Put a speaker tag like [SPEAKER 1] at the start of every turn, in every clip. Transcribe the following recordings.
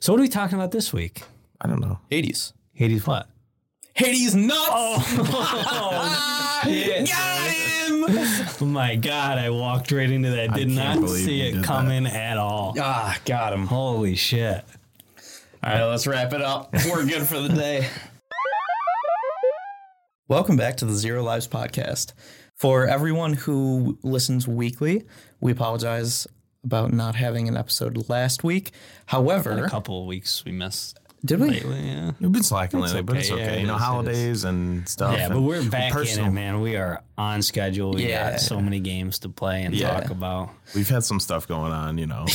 [SPEAKER 1] So what are we talking about this week?
[SPEAKER 2] I don't know.
[SPEAKER 3] Hades.
[SPEAKER 1] Hades what?
[SPEAKER 3] Hades nuts. Oh. Got him.
[SPEAKER 1] Oh my god, I walked right into that. Did
[SPEAKER 2] can't
[SPEAKER 1] not
[SPEAKER 2] believe
[SPEAKER 1] see
[SPEAKER 2] you did
[SPEAKER 1] it
[SPEAKER 2] that.
[SPEAKER 1] coming at all.
[SPEAKER 3] Ah, got him. All
[SPEAKER 1] Holy shit.
[SPEAKER 3] right, let's wrap it up. We're good for the day. Welcome back to the Zero Lives podcast. For everyone who listens weekly, we apologize about not having an episode last week. However,
[SPEAKER 1] A couple of weeks we missed.
[SPEAKER 3] did we?
[SPEAKER 1] Lately, yeah.
[SPEAKER 2] We've been slacking lately, but it's
[SPEAKER 1] okay.
[SPEAKER 2] okay.
[SPEAKER 1] Yeah,
[SPEAKER 2] you know,
[SPEAKER 1] it is, it
[SPEAKER 2] holidays and stuff.
[SPEAKER 1] Yeah, but
[SPEAKER 2] and
[SPEAKER 1] we're back
[SPEAKER 2] personal.
[SPEAKER 1] in it, man. We are on schedule. We
[SPEAKER 3] Yeah.
[SPEAKER 1] got so many games to play and
[SPEAKER 2] Yeah.
[SPEAKER 1] talk about.
[SPEAKER 2] We've had some stuff going on, you know,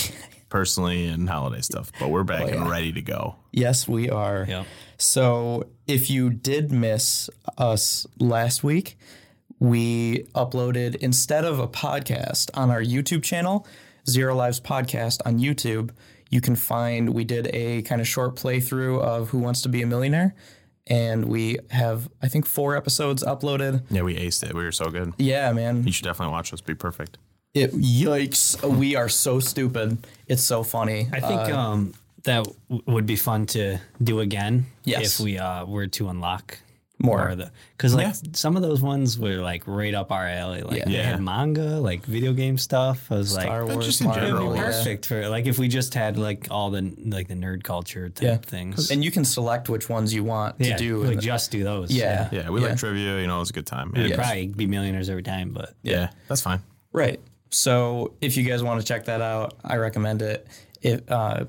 [SPEAKER 2] personally and holiday stuff, but we're
[SPEAKER 1] Oh,
[SPEAKER 2] back and ready to go.
[SPEAKER 3] Yes, we are.
[SPEAKER 1] Yep.
[SPEAKER 3] So if you did miss us last week, we uploaded instead of a podcast on our YouTube channel, Zero Lives Podcast on YouTube. You can find we did a kind of short playthrough of Who Wants to Be a Millionaire, and we have I think four episodes uploaded.
[SPEAKER 2] Yeah, we aced it. We were so good.
[SPEAKER 3] Yeah, man.
[SPEAKER 2] You should definitely watch us. Be perfect.
[SPEAKER 3] It yikes. We are so stupid. It's so funny.
[SPEAKER 1] I think um, that w- would be fun to do again.
[SPEAKER 3] Yes.
[SPEAKER 1] If we uh, were to unlock
[SPEAKER 3] More.
[SPEAKER 1] more of the, because like some of those ones were like right up our alley. Like they
[SPEAKER 2] Yeah.
[SPEAKER 1] had manga, like video game stuff. I was
[SPEAKER 3] Star
[SPEAKER 1] like,
[SPEAKER 3] Wars,
[SPEAKER 2] just in
[SPEAKER 3] Marvel,
[SPEAKER 1] it'd
[SPEAKER 2] general,
[SPEAKER 1] be
[SPEAKER 2] yeah.
[SPEAKER 1] perfect for like if we just had like all the like the nerd culture type
[SPEAKER 3] Yeah.
[SPEAKER 1] things.
[SPEAKER 3] and you can select which ones you want
[SPEAKER 1] yeah,
[SPEAKER 3] to do.
[SPEAKER 1] like just do those.
[SPEAKER 3] yeah,
[SPEAKER 2] Yeah, we like trivia. You know, it was a good time.
[SPEAKER 1] We'd
[SPEAKER 2] And-
[SPEAKER 1] probably be millionaires every time, but
[SPEAKER 2] yeah, that's fine.
[SPEAKER 3] Right. So if you guys want to check that out, I recommend it. If uh,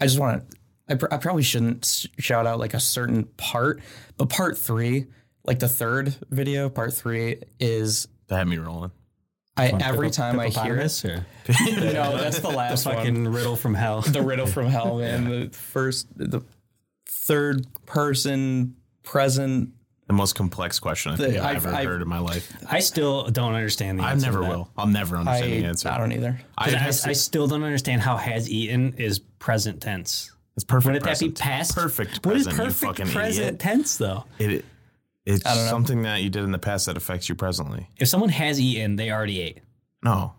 [SPEAKER 3] I just want to, I, pr- I probably shouldn't s- shout out like a certain part, but part three, like the third video, part three is
[SPEAKER 2] That had me rolling.
[SPEAKER 3] I every time I hear it.
[SPEAKER 1] Hippopotamus or
[SPEAKER 3] No, that's the last one.
[SPEAKER 1] fucking riddle from hell.
[SPEAKER 3] The riddle from hell, man. The first, the third person present.
[SPEAKER 2] The most complex question I think
[SPEAKER 3] The-
[SPEAKER 2] I've,
[SPEAKER 3] I've-
[SPEAKER 2] ever
[SPEAKER 3] I've-
[SPEAKER 2] heard in my life.
[SPEAKER 1] I still don't understand the.
[SPEAKER 2] I
[SPEAKER 1] answer to
[SPEAKER 2] never
[SPEAKER 1] that.
[SPEAKER 2] will. I'll never understand the
[SPEAKER 3] I,
[SPEAKER 2] answer.
[SPEAKER 3] I don't either.
[SPEAKER 2] I,
[SPEAKER 1] But I, I,
[SPEAKER 2] have to-
[SPEAKER 1] still don't understand how has eaten is present tense.
[SPEAKER 2] it's perfect.
[SPEAKER 1] Wouldn't that be
[SPEAKER 2] present.
[SPEAKER 1] past?
[SPEAKER 2] Perfect.
[SPEAKER 1] What is
[SPEAKER 2] present, you
[SPEAKER 1] perfect
[SPEAKER 2] fucking
[SPEAKER 1] present
[SPEAKER 2] idiot.
[SPEAKER 1] tense though?
[SPEAKER 2] It, it's
[SPEAKER 3] don't know.
[SPEAKER 2] something that you did in the past that affects you presently.
[SPEAKER 1] If someone has eaten, they already ate.
[SPEAKER 2] No.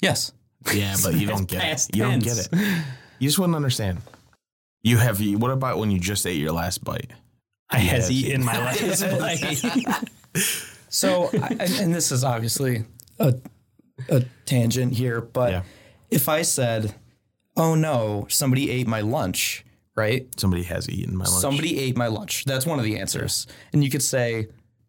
[SPEAKER 3] Yes.
[SPEAKER 2] Yeah, but you don't get it.
[SPEAKER 1] past
[SPEAKER 2] You don't get
[SPEAKER 1] tense.
[SPEAKER 2] it. You just wouldn't understand. You have. you- What about when you just ate your last bite?
[SPEAKER 1] I has
[SPEAKER 2] Yes.
[SPEAKER 1] eaten my last bite.
[SPEAKER 3] So, I, and- and this is obviously a, a tangent here, but
[SPEAKER 2] Yeah.
[SPEAKER 3] if I said, "Oh no, somebody ate my lunch," right?
[SPEAKER 2] Somebody has eaten my lunch.
[SPEAKER 3] Somebody ate my lunch. That's one of the answers. And you could say,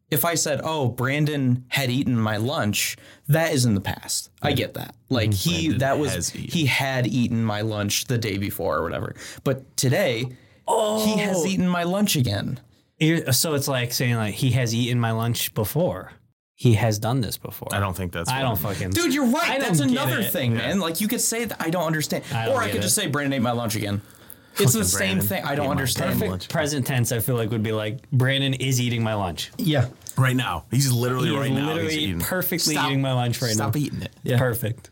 [SPEAKER 3] if I said, "Oh, Brandon had eaten my lunch," that is in the past. I get that. Like he
[SPEAKER 2] Mm-hmm. Brandon
[SPEAKER 3] that was
[SPEAKER 2] has eaten.
[SPEAKER 3] he had eaten my lunch the day before or whatever. But today, he
[SPEAKER 2] Oh.
[SPEAKER 3] has eaten my lunch again.
[SPEAKER 1] You're- so it's like saying like he has eaten my lunch before. He has done this before.
[SPEAKER 2] I don't think that's.
[SPEAKER 1] I
[SPEAKER 2] what
[SPEAKER 1] don't
[SPEAKER 2] it means.
[SPEAKER 1] fucking.
[SPEAKER 3] Dude, you're right.
[SPEAKER 1] I don't
[SPEAKER 3] That's
[SPEAKER 1] get
[SPEAKER 3] another
[SPEAKER 1] it.
[SPEAKER 3] thing, man. Like you could say that I don't understand,
[SPEAKER 1] don't
[SPEAKER 3] or I
[SPEAKER 1] get
[SPEAKER 3] could just
[SPEAKER 1] it.
[SPEAKER 3] say Brandon ate my lunch again. It's the same
[SPEAKER 2] Brandon
[SPEAKER 3] thing. I
[SPEAKER 2] ate
[SPEAKER 3] don't
[SPEAKER 2] my
[SPEAKER 3] understand.
[SPEAKER 2] damn
[SPEAKER 1] Perfect
[SPEAKER 2] lunch.
[SPEAKER 1] present tense. I feel like would be like Brandon is eating my lunch.
[SPEAKER 3] Yeah,
[SPEAKER 2] Right now, he's literally
[SPEAKER 1] He is
[SPEAKER 2] right now. he's
[SPEAKER 1] literally
[SPEAKER 2] eating.
[SPEAKER 1] perfectly
[SPEAKER 2] Stop-
[SPEAKER 1] eating my lunch right
[SPEAKER 2] Stop
[SPEAKER 1] now.
[SPEAKER 2] eating it.
[SPEAKER 1] Perfect.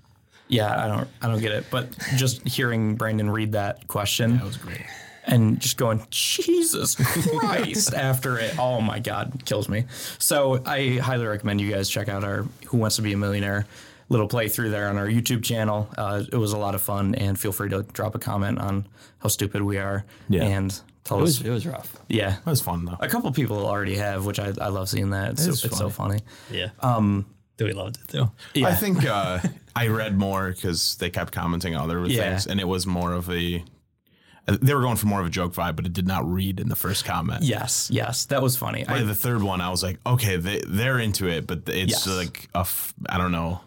[SPEAKER 3] yeah. I don't. I don't get it. But just hearing Brandon read that question
[SPEAKER 2] That was great.
[SPEAKER 3] and just going Jesus Christ after it. Oh my God, kills me. So I highly recommend you guys check out our Who Wants to Be a Millionaire little playthrough there on our YouTube channel. Uh, it was a lot of fun, and feel free to drop a comment on how stupid we are.
[SPEAKER 2] Yeah.
[SPEAKER 3] and tell
[SPEAKER 1] It
[SPEAKER 3] us.
[SPEAKER 1] was it was rough.
[SPEAKER 3] Yeah,
[SPEAKER 2] That was fun though.
[SPEAKER 3] A couple people already have, which I, I love seeing that. It's, so,
[SPEAKER 2] is
[SPEAKER 3] it's so funny.
[SPEAKER 1] Yeah. Um. We loved it though.
[SPEAKER 2] I think uh, I read more because they kept commenting on other
[SPEAKER 3] Yeah.
[SPEAKER 2] things, and it was more of a. They were going for more of a joke vibe, but it did not read in the first comment.
[SPEAKER 3] Yes, yes, that was funny.
[SPEAKER 2] By
[SPEAKER 3] I,
[SPEAKER 2] the third one, I was like, okay, they, they're into it, but it's
[SPEAKER 3] Yes.
[SPEAKER 2] like a, f- I don't know,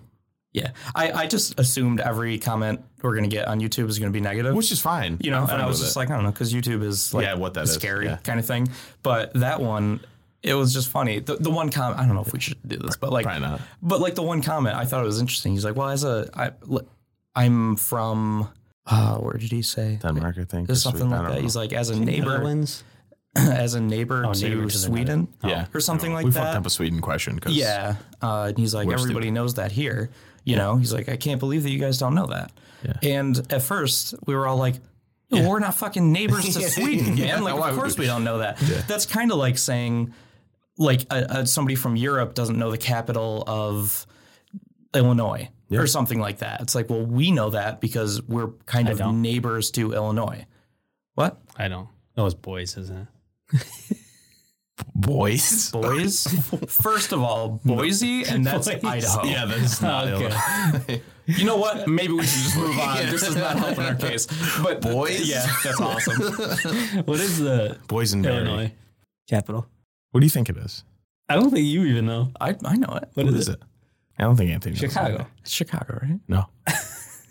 [SPEAKER 3] yeah, I, I just assumed every comment we're gonna get on YouTube is gonna be negative,
[SPEAKER 2] which is fine.
[SPEAKER 3] you know,
[SPEAKER 2] I'm
[SPEAKER 3] and
[SPEAKER 2] fine
[SPEAKER 3] I was
[SPEAKER 2] with
[SPEAKER 3] just
[SPEAKER 2] it.
[SPEAKER 3] like, I don't know, because YouTube is like
[SPEAKER 2] Yeah, what that
[SPEAKER 3] the
[SPEAKER 2] is,
[SPEAKER 3] scary
[SPEAKER 2] yeah.
[SPEAKER 3] kind of thing. But that one, it was just funny. The, the one comment, I don't know if we should do this, but like,
[SPEAKER 2] Probably not.
[SPEAKER 3] but like the one comment, I thought it was interesting. He's like, well, as a, I, li- I'm from, uh, where did he say?
[SPEAKER 2] Denmark, I think. or
[SPEAKER 3] There's something
[SPEAKER 2] Sweden, I
[SPEAKER 3] like
[SPEAKER 2] don't
[SPEAKER 3] that.
[SPEAKER 2] know.
[SPEAKER 3] He's like, as a neighbor,
[SPEAKER 1] Netherlands.
[SPEAKER 3] as a neighbor
[SPEAKER 2] Oh,
[SPEAKER 3] to
[SPEAKER 1] neighbor to the
[SPEAKER 3] Sweden,
[SPEAKER 2] yeah,
[SPEAKER 3] or something like
[SPEAKER 2] Oh, we
[SPEAKER 3] that.
[SPEAKER 2] fucked up a Sweden question because
[SPEAKER 3] Yeah. Uh, and he's like, everybody knows that here. You know, he's like, I can't believe that you guys don't know that. And at first, we were all like, "No, we're not fucking neighbors to Sweden, man. Like,
[SPEAKER 2] why
[SPEAKER 3] of
[SPEAKER 2] would
[SPEAKER 3] course
[SPEAKER 2] we?
[SPEAKER 3] we don't know that. That's kind of like saying, like, uh, uh, somebody from Europe doesn't know the capital of Illinois or something like that. It's like, well, we know that because we're kind of
[SPEAKER 1] don't.
[SPEAKER 3] neighbors to Illinois. What?
[SPEAKER 1] I don't. That was boys, isn't it?
[SPEAKER 2] Boys.
[SPEAKER 3] Boys? First of all, Boise, and that's
[SPEAKER 1] Boise.
[SPEAKER 3] Idaho.
[SPEAKER 2] Yeah, that's
[SPEAKER 1] Oh,
[SPEAKER 2] not
[SPEAKER 3] Okay.
[SPEAKER 2] Illinois.
[SPEAKER 3] You know what? Maybe we should just move on.
[SPEAKER 2] Yeah.
[SPEAKER 3] This is not helping our case. But
[SPEAKER 2] Boys?
[SPEAKER 3] yeah, that's awesome.
[SPEAKER 1] What is the
[SPEAKER 2] Boysenberry.
[SPEAKER 1] Illinois capital?
[SPEAKER 2] What do you think it is?
[SPEAKER 1] I don't think you even know.
[SPEAKER 3] I, I know it.
[SPEAKER 1] What
[SPEAKER 2] What
[SPEAKER 1] is,
[SPEAKER 2] is it? I don't think Anthony knows.
[SPEAKER 3] Chicago. It's Chicago, right?
[SPEAKER 2] No.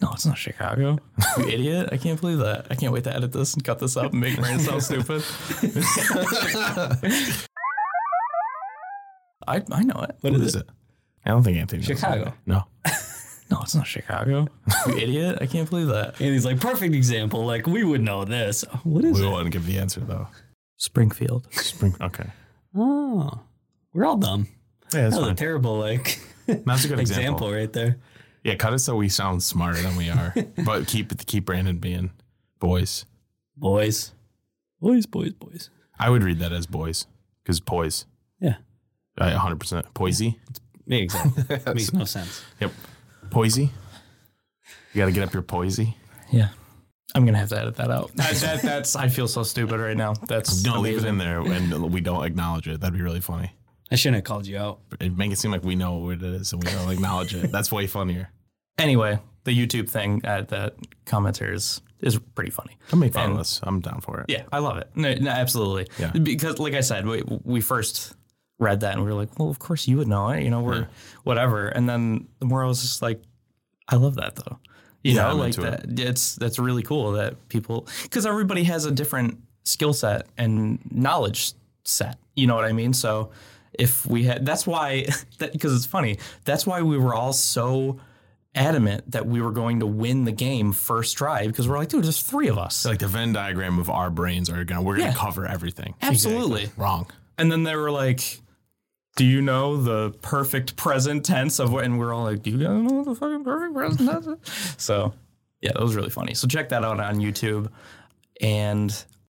[SPEAKER 3] No, it's not Chicago. You idiot! I can't believe that. I can't wait to edit this and cut this up and make Brandon sound stupid. I I know it.
[SPEAKER 1] What
[SPEAKER 2] What
[SPEAKER 1] is
[SPEAKER 2] is it? I don't think Anthony knows.
[SPEAKER 3] Chicago.
[SPEAKER 2] No.
[SPEAKER 3] No, it's not Chicago. You idiot! I can't believe that.
[SPEAKER 1] And he's like, perfect example. Like, we would know this. What is
[SPEAKER 2] We
[SPEAKER 1] it?
[SPEAKER 2] won't give the answer though.
[SPEAKER 3] Springfield.
[SPEAKER 2] Spring. Okay.
[SPEAKER 1] Oh, we're all dumb.
[SPEAKER 2] Yeah, that's
[SPEAKER 1] that was a
[SPEAKER 2] fine.
[SPEAKER 1] terrible, like,
[SPEAKER 2] That's a good
[SPEAKER 1] example.
[SPEAKER 2] example.
[SPEAKER 1] right there.
[SPEAKER 2] Yeah, cut it so we sound smarter than we are, but keep it keep Brandon being boys.
[SPEAKER 1] Boys. Boys, boys, boys.
[SPEAKER 2] I would read that as boys because poise.
[SPEAKER 1] Yeah.
[SPEAKER 2] I 100% Poise.
[SPEAKER 1] Yeah, Exactly. Makes no sense.
[SPEAKER 2] Yep. Poise. You got to get up your poise.
[SPEAKER 3] Yeah. I'm gonna have to edit that out. That, that, that's I feel so stupid right now. That's
[SPEAKER 2] No, leave it
[SPEAKER 3] amazing.
[SPEAKER 2] in there and we don't acknowledge it. That'd be really funny.
[SPEAKER 1] I shouldn't have called you out.
[SPEAKER 2] It'd make it seem like we know what it is and we don't acknowledge it. That's way funnier.
[SPEAKER 3] Anyway, the YouTube thing at that commenters is pretty funny.
[SPEAKER 2] Don't make fun
[SPEAKER 3] And-
[SPEAKER 2] of us. I'm down for it.
[SPEAKER 3] Yeah, I love it. No, no absolutely.
[SPEAKER 2] Yeah.
[SPEAKER 3] Because, like I said, we, we first read that and we were like, well, of course you would know it. You know, we're
[SPEAKER 2] Yeah.
[SPEAKER 3] whatever. And then the more I was just like, I love that though. You
[SPEAKER 2] Yeah,
[SPEAKER 3] know,
[SPEAKER 2] I'm
[SPEAKER 3] like
[SPEAKER 2] into
[SPEAKER 3] that.
[SPEAKER 2] it.
[SPEAKER 3] It's that's really cool that people because everybody has a different skill set and knowledge set. You know what I mean? So if we had, that's why that because it's funny. That's why we were all so adamant that we were going to win the game first try because we're like, dude, there's three of us.
[SPEAKER 2] Like the Venn diagram of our brains are gonna we're
[SPEAKER 3] Yeah.
[SPEAKER 2] gonna cover everything.
[SPEAKER 3] Absolutely.
[SPEAKER 2] Wrong.
[SPEAKER 3] And then they were like, "Do you know the perfect present tense of what?" And we're all like, "Do you guys know the fucking perfect present tense?" is?" so, yeah, that was really funny. So check that out on YouTube. And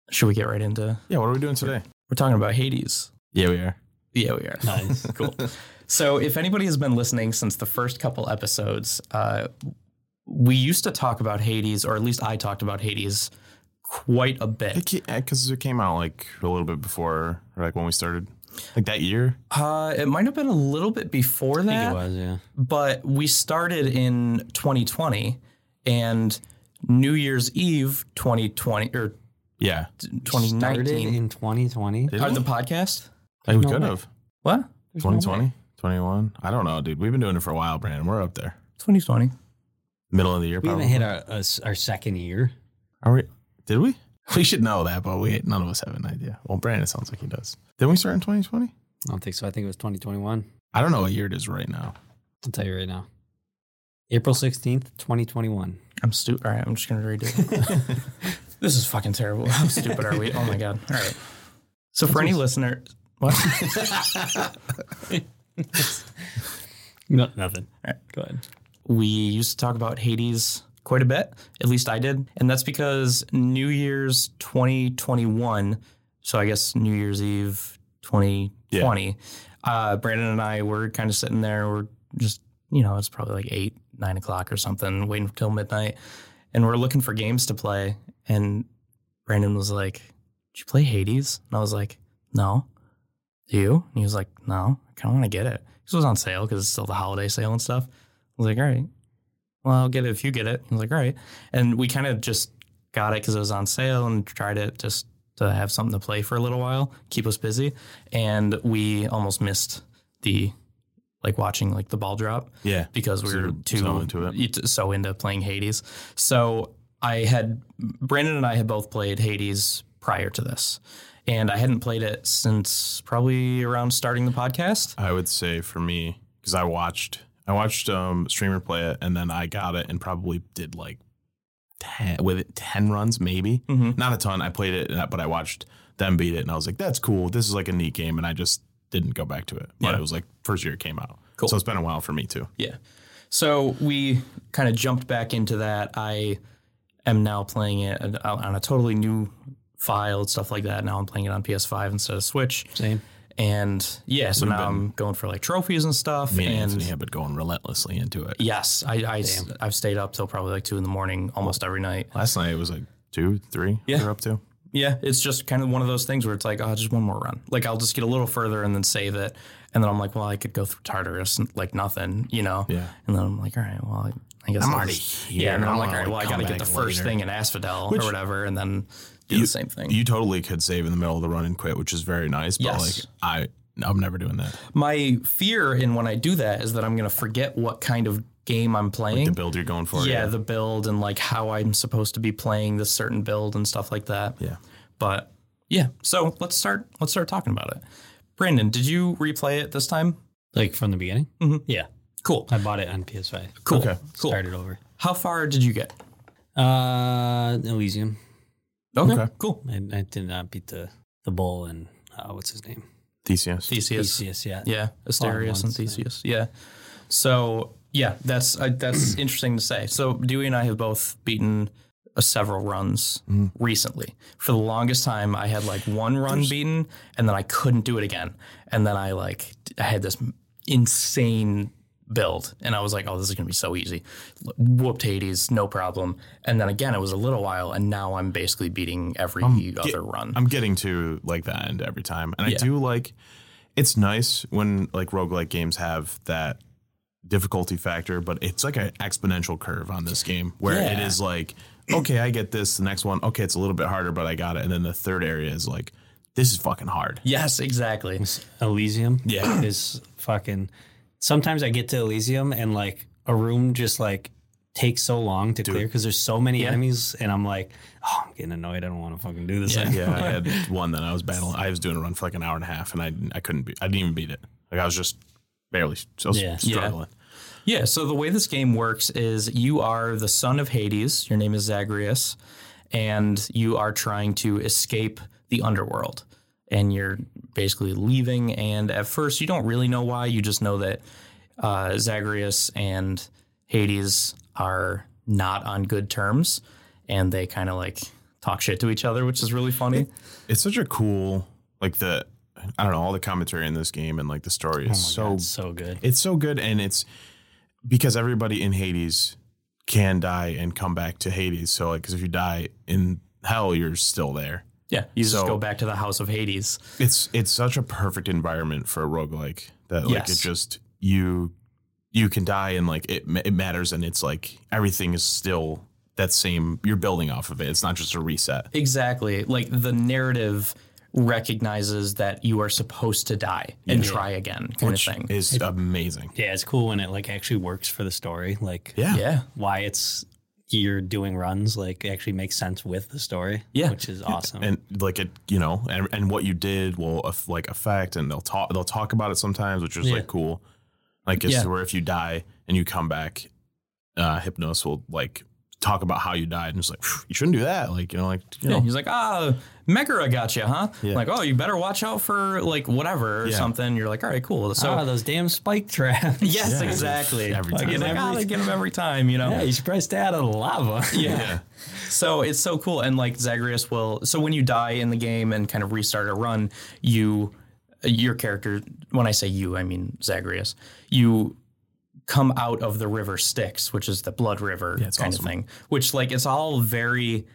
[SPEAKER 3] should we get right into?
[SPEAKER 2] Yeah, what are we doing today?
[SPEAKER 3] We're talking about Hades.
[SPEAKER 2] Yeah, we are.
[SPEAKER 3] Yeah, we are.
[SPEAKER 1] Nice.
[SPEAKER 3] cool. So if anybody has been listening since the first couple episodes, uh, we used to talk about Hades, or at least I talked about Hades quite a bit.
[SPEAKER 2] Because it came out like a little bit before, or, like when we started, like that year.
[SPEAKER 3] Uh, it might have been a little bit before that.
[SPEAKER 1] I think it was, yeah.
[SPEAKER 3] but we started in 2020 and New Year's Eve 2020 or
[SPEAKER 2] Yeah,
[SPEAKER 1] Started
[SPEAKER 3] 2019
[SPEAKER 1] in 2020.
[SPEAKER 2] Did
[SPEAKER 3] are
[SPEAKER 2] we?
[SPEAKER 3] the podcast
[SPEAKER 2] Like, we
[SPEAKER 1] No
[SPEAKER 2] could
[SPEAKER 1] way.
[SPEAKER 2] have
[SPEAKER 3] what
[SPEAKER 2] 2020, 21. I don't know, dude. We've been doing it for a while, Brandon. We're up there,
[SPEAKER 3] 2020
[SPEAKER 2] middle of the year.
[SPEAKER 1] We
[SPEAKER 2] Probably.
[SPEAKER 1] haven't hit our, us- our second year.
[SPEAKER 2] Are we? Did we? We should know that, but we none of us have an idea. Well, Brandon sounds like he does. Didn't we start in 2020?
[SPEAKER 1] I don't think so. I think it was 2021.
[SPEAKER 2] I don't know what year it is right now.
[SPEAKER 1] I'll tell you right now. April 16th, 2021.
[SPEAKER 3] I'm stupid all right I'm just gonna redo it this is fucking terrible how stupid are we oh my god all right so for any listener what
[SPEAKER 1] No, nothing. Go ahead.
[SPEAKER 3] we used to talk about Hades quite a bit, at least I did. And that's because New Year's 2021, so I guess New Year's Eve 2020, uh, Brandon and I were kind of sitting there, we're just, you know, it's probably like eight, nine o'clock or something, waiting till midnight. And we're looking for games to play. And Brandon was like, Did you play Hades? And I was like, No. Do you? And he was like, No, I kind of want to get it. 'Cause It was on sale because it's still the holiday sale and stuff. I was like, all right. Well, I'll get it if you get it. I was like, all right. And we kind of just got it because it was on sale and tried it just to have something to play for a little while, keep us busy. And we almost missed the like watching like the ball drop
[SPEAKER 2] Yeah,
[SPEAKER 3] because we
[SPEAKER 2] So
[SPEAKER 3] were
[SPEAKER 2] you're
[SPEAKER 3] too
[SPEAKER 2] so into it.
[SPEAKER 3] you t- so into playing Hades. So I had Brandon and I had both played Hades prior to this. And I hadn't played it since probably around starting the podcast.
[SPEAKER 2] I would say for me because I watched I watched um streamer play it and then I got it and probably did like ten with it, ten runs maybe
[SPEAKER 3] Mhm.
[SPEAKER 2] not a ton. I played it but I watched them beat it and I was like that's cool. This is like a neat game and I just didn't go back to it. But
[SPEAKER 3] Yeah.
[SPEAKER 2] it was like first year it came out.
[SPEAKER 3] Cool.
[SPEAKER 2] So it's been a while for me too.
[SPEAKER 3] Yeah. So we kind of jumped back into that. I am now playing it on- on a totally new file and stuff like that. Now I'm playing it on PS5 instead of Switch.
[SPEAKER 1] Same.
[SPEAKER 3] And yeah, so
[SPEAKER 2] We've
[SPEAKER 3] now I'm going for like trophies and stuff.
[SPEAKER 2] Me and,
[SPEAKER 3] and
[SPEAKER 2] Anthony have been going relentlessly into it.
[SPEAKER 3] yes, I, I s- I've stayed up till probably like two in the morning almost every night.
[SPEAKER 2] Last night it was like two, three.
[SPEAKER 3] Yeah.
[SPEAKER 2] We're up to.
[SPEAKER 3] Yeah, it's just kind of one of those things where it's like, oh, just one more run. Like I'll just get a little further and then save it, and then I'm like, well, I could go through Tartarus and, like nothing, you know.
[SPEAKER 2] Yeah.
[SPEAKER 3] And then I'm like, all right, well, I, I guess
[SPEAKER 2] I'm
[SPEAKER 3] I'll
[SPEAKER 2] already
[SPEAKER 3] just-
[SPEAKER 2] here.
[SPEAKER 3] Yeah, and then
[SPEAKER 2] I
[SPEAKER 3] I'm like, all
[SPEAKER 2] wanna,
[SPEAKER 3] right, well,
[SPEAKER 2] like,
[SPEAKER 3] I got to
[SPEAKER 2] come
[SPEAKER 3] get the
[SPEAKER 2] back
[SPEAKER 3] first
[SPEAKER 2] later.
[SPEAKER 3] thing in Asphodel
[SPEAKER 2] Which-
[SPEAKER 3] or whatever, and then do the same thing.
[SPEAKER 2] You totally could save in the middle of the run and quit, which is very nice. But
[SPEAKER 3] Yes.
[SPEAKER 2] like I, I'm never doing that.
[SPEAKER 3] My fear in when I do that is that I'm going to forget what kind of game I'm playing.
[SPEAKER 2] The build you're going for.
[SPEAKER 3] yeah, the build and like how I'm supposed to be playing this certain build and stuff like that.
[SPEAKER 2] yeah.
[SPEAKER 3] But yeah, so let's start let's start talking about it. Brandon, did you replay it this time?
[SPEAKER 1] Like from the beginning?
[SPEAKER 3] Mhm.
[SPEAKER 1] Yeah.
[SPEAKER 3] Cool.
[SPEAKER 1] I bought it on PS5.
[SPEAKER 3] Cool.
[SPEAKER 2] Okay.
[SPEAKER 3] Cool.
[SPEAKER 1] Started over.
[SPEAKER 3] How far did you get?
[SPEAKER 1] Uh, Elysium.
[SPEAKER 2] Okay.
[SPEAKER 3] Cool.
[SPEAKER 1] I, I did not beat the the bull and uh, what's his name?
[SPEAKER 2] Theseus.
[SPEAKER 3] Theseus.
[SPEAKER 1] Theseus. Yeah.
[SPEAKER 3] Yeah,
[SPEAKER 1] once,
[SPEAKER 3] Asterius and
[SPEAKER 1] yeah.
[SPEAKER 3] Theseus. Yeah. So yeah, that's I that's interesting to say. So Dewey and I have both beaten uh, several runs recently. For the longest time, I had like one run beaten, and then I couldn't do it again. And then I like d- I had this insane build, and I was like, oh, this is gonna be so easy. L- Whooped Hades, no problem. And then again, it was a little while, and now I'm basically beating every other run.
[SPEAKER 2] I'm getting to like that end every time. And
[SPEAKER 3] Yeah.
[SPEAKER 2] I do like it's nice when like roguelike games have that difficulty factor, but it's like an exponential curve on this game where it
[SPEAKER 3] Yeah.
[SPEAKER 2] is like, okay, I get this, the next one, okay, it's a little bit harder, but I got it. And then the third area is like, this is fucking hard.
[SPEAKER 3] yes, exactly.
[SPEAKER 1] Elysium.
[SPEAKER 2] Yeah.
[SPEAKER 1] Is fucking. Sometimes I get to Elysium and like a room just like takes so long to clear because there's so many enemies and I'm like, oh, I'm getting annoyed. I don't want to fucking do this.
[SPEAKER 3] Yeah.
[SPEAKER 1] anymore."
[SPEAKER 2] Yeah, I had one that I was battling. I was doing a run for like an hour and a half, and I I couldn't be. I didn't even beat it. Like I was just barely I was
[SPEAKER 1] Yeah.
[SPEAKER 2] struggling.
[SPEAKER 3] Yeah, so the way this game works is you are the son of Hades, your name is Zagreus, and you are trying to escape the underworld. And you're basically leaving, and at first you don't really know why, you just know that uh, Zagreus and Hades are not on good terms, and they kind of like talk shit to each other, which is really funny.
[SPEAKER 2] It's such a cool like the I don't know all the commentary in this game and like the story is
[SPEAKER 1] Oh
[SPEAKER 2] so
[SPEAKER 1] That's so good.
[SPEAKER 2] it's so good and it's because everybody in Hades can die and come back to Hades. So like, because if you die in hell, you're still there.
[SPEAKER 3] Yeah, you just
[SPEAKER 2] So-
[SPEAKER 3] go back to the house of Hades.
[SPEAKER 2] It's it's such a perfect environment for a roguelike that like
[SPEAKER 3] Yes.
[SPEAKER 2] it just you you can die and like it ma- it matters and it's like everything is still that same you're building off of it. It's not just a reset.
[SPEAKER 3] Exactly. Like the narrative recognizes that you are supposed to die and try again kind of thing.
[SPEAKER 2] It's amazing.
[SPEAKER 1] Yeah, it's cool when it like actually works for the story. Like
[SPEAKER 2] Yeah.
[SPEAKER 3] yeah.
[SPEAKER 1] why it's you're doing runs like actually makes sense with the story.
[SPEAKER 3] Yeah.
[SPEAKER 1] Which is awesome.
[SPEAKER 2] And like it, you know, and, and what you did will aff- like affect, and they'll talk. They'll talk about it sometimes, which is
[SPEAKER 1] Yeah.
[SPEAKER 2] like cool. Like it's
[SPEAKER 3] Yeah.
[SPEAKER 2] to where if you die and you come back, uh, Hypnos will like talk about how you died, and it's like "Phew, you shouldn't do that. Like you know, like you
[SPEAKER 3] Yeah,
[SPEAKER 2] know,
[SPEAKER 3] he's like, ah, Megara got you, huh?
[SPEAKER 2] Yeah.
[SPEAKER 3] Like, oh, you better watch out for like whatever or
[SPEAKER 2] Yeah. Ah,
[SPEAKER 3] something. You're like, all right, cool. So,
[SPEAKER 1] so Ah, those damn spike traps.
[SPEAKER 3] yes,
[SPEAKER 2] Yeah.
[SPEAKER 3] exactly.
[SPEAKER 2] Every
[SPEAKER 3] Like,
[SPEAKER 2] time.
[SPEAKER 3] he's like, ah, they get him every time, you know?
[SPEAKER 1] Yeah, you surprised out of the lava.
[SPEAKER 3] yeah. So it's so cool. And like Zagreus will so when you die in the game and kind of restart a run, you your character when I say you, I mean Zagreus, you come out of the river Styx, which is the blood river
[SPEAKER 2] it's
[SPEAKER 3] kind
[SPEAKER 2] awesome.
[SPEAKER 3] of thing. Which like it's all very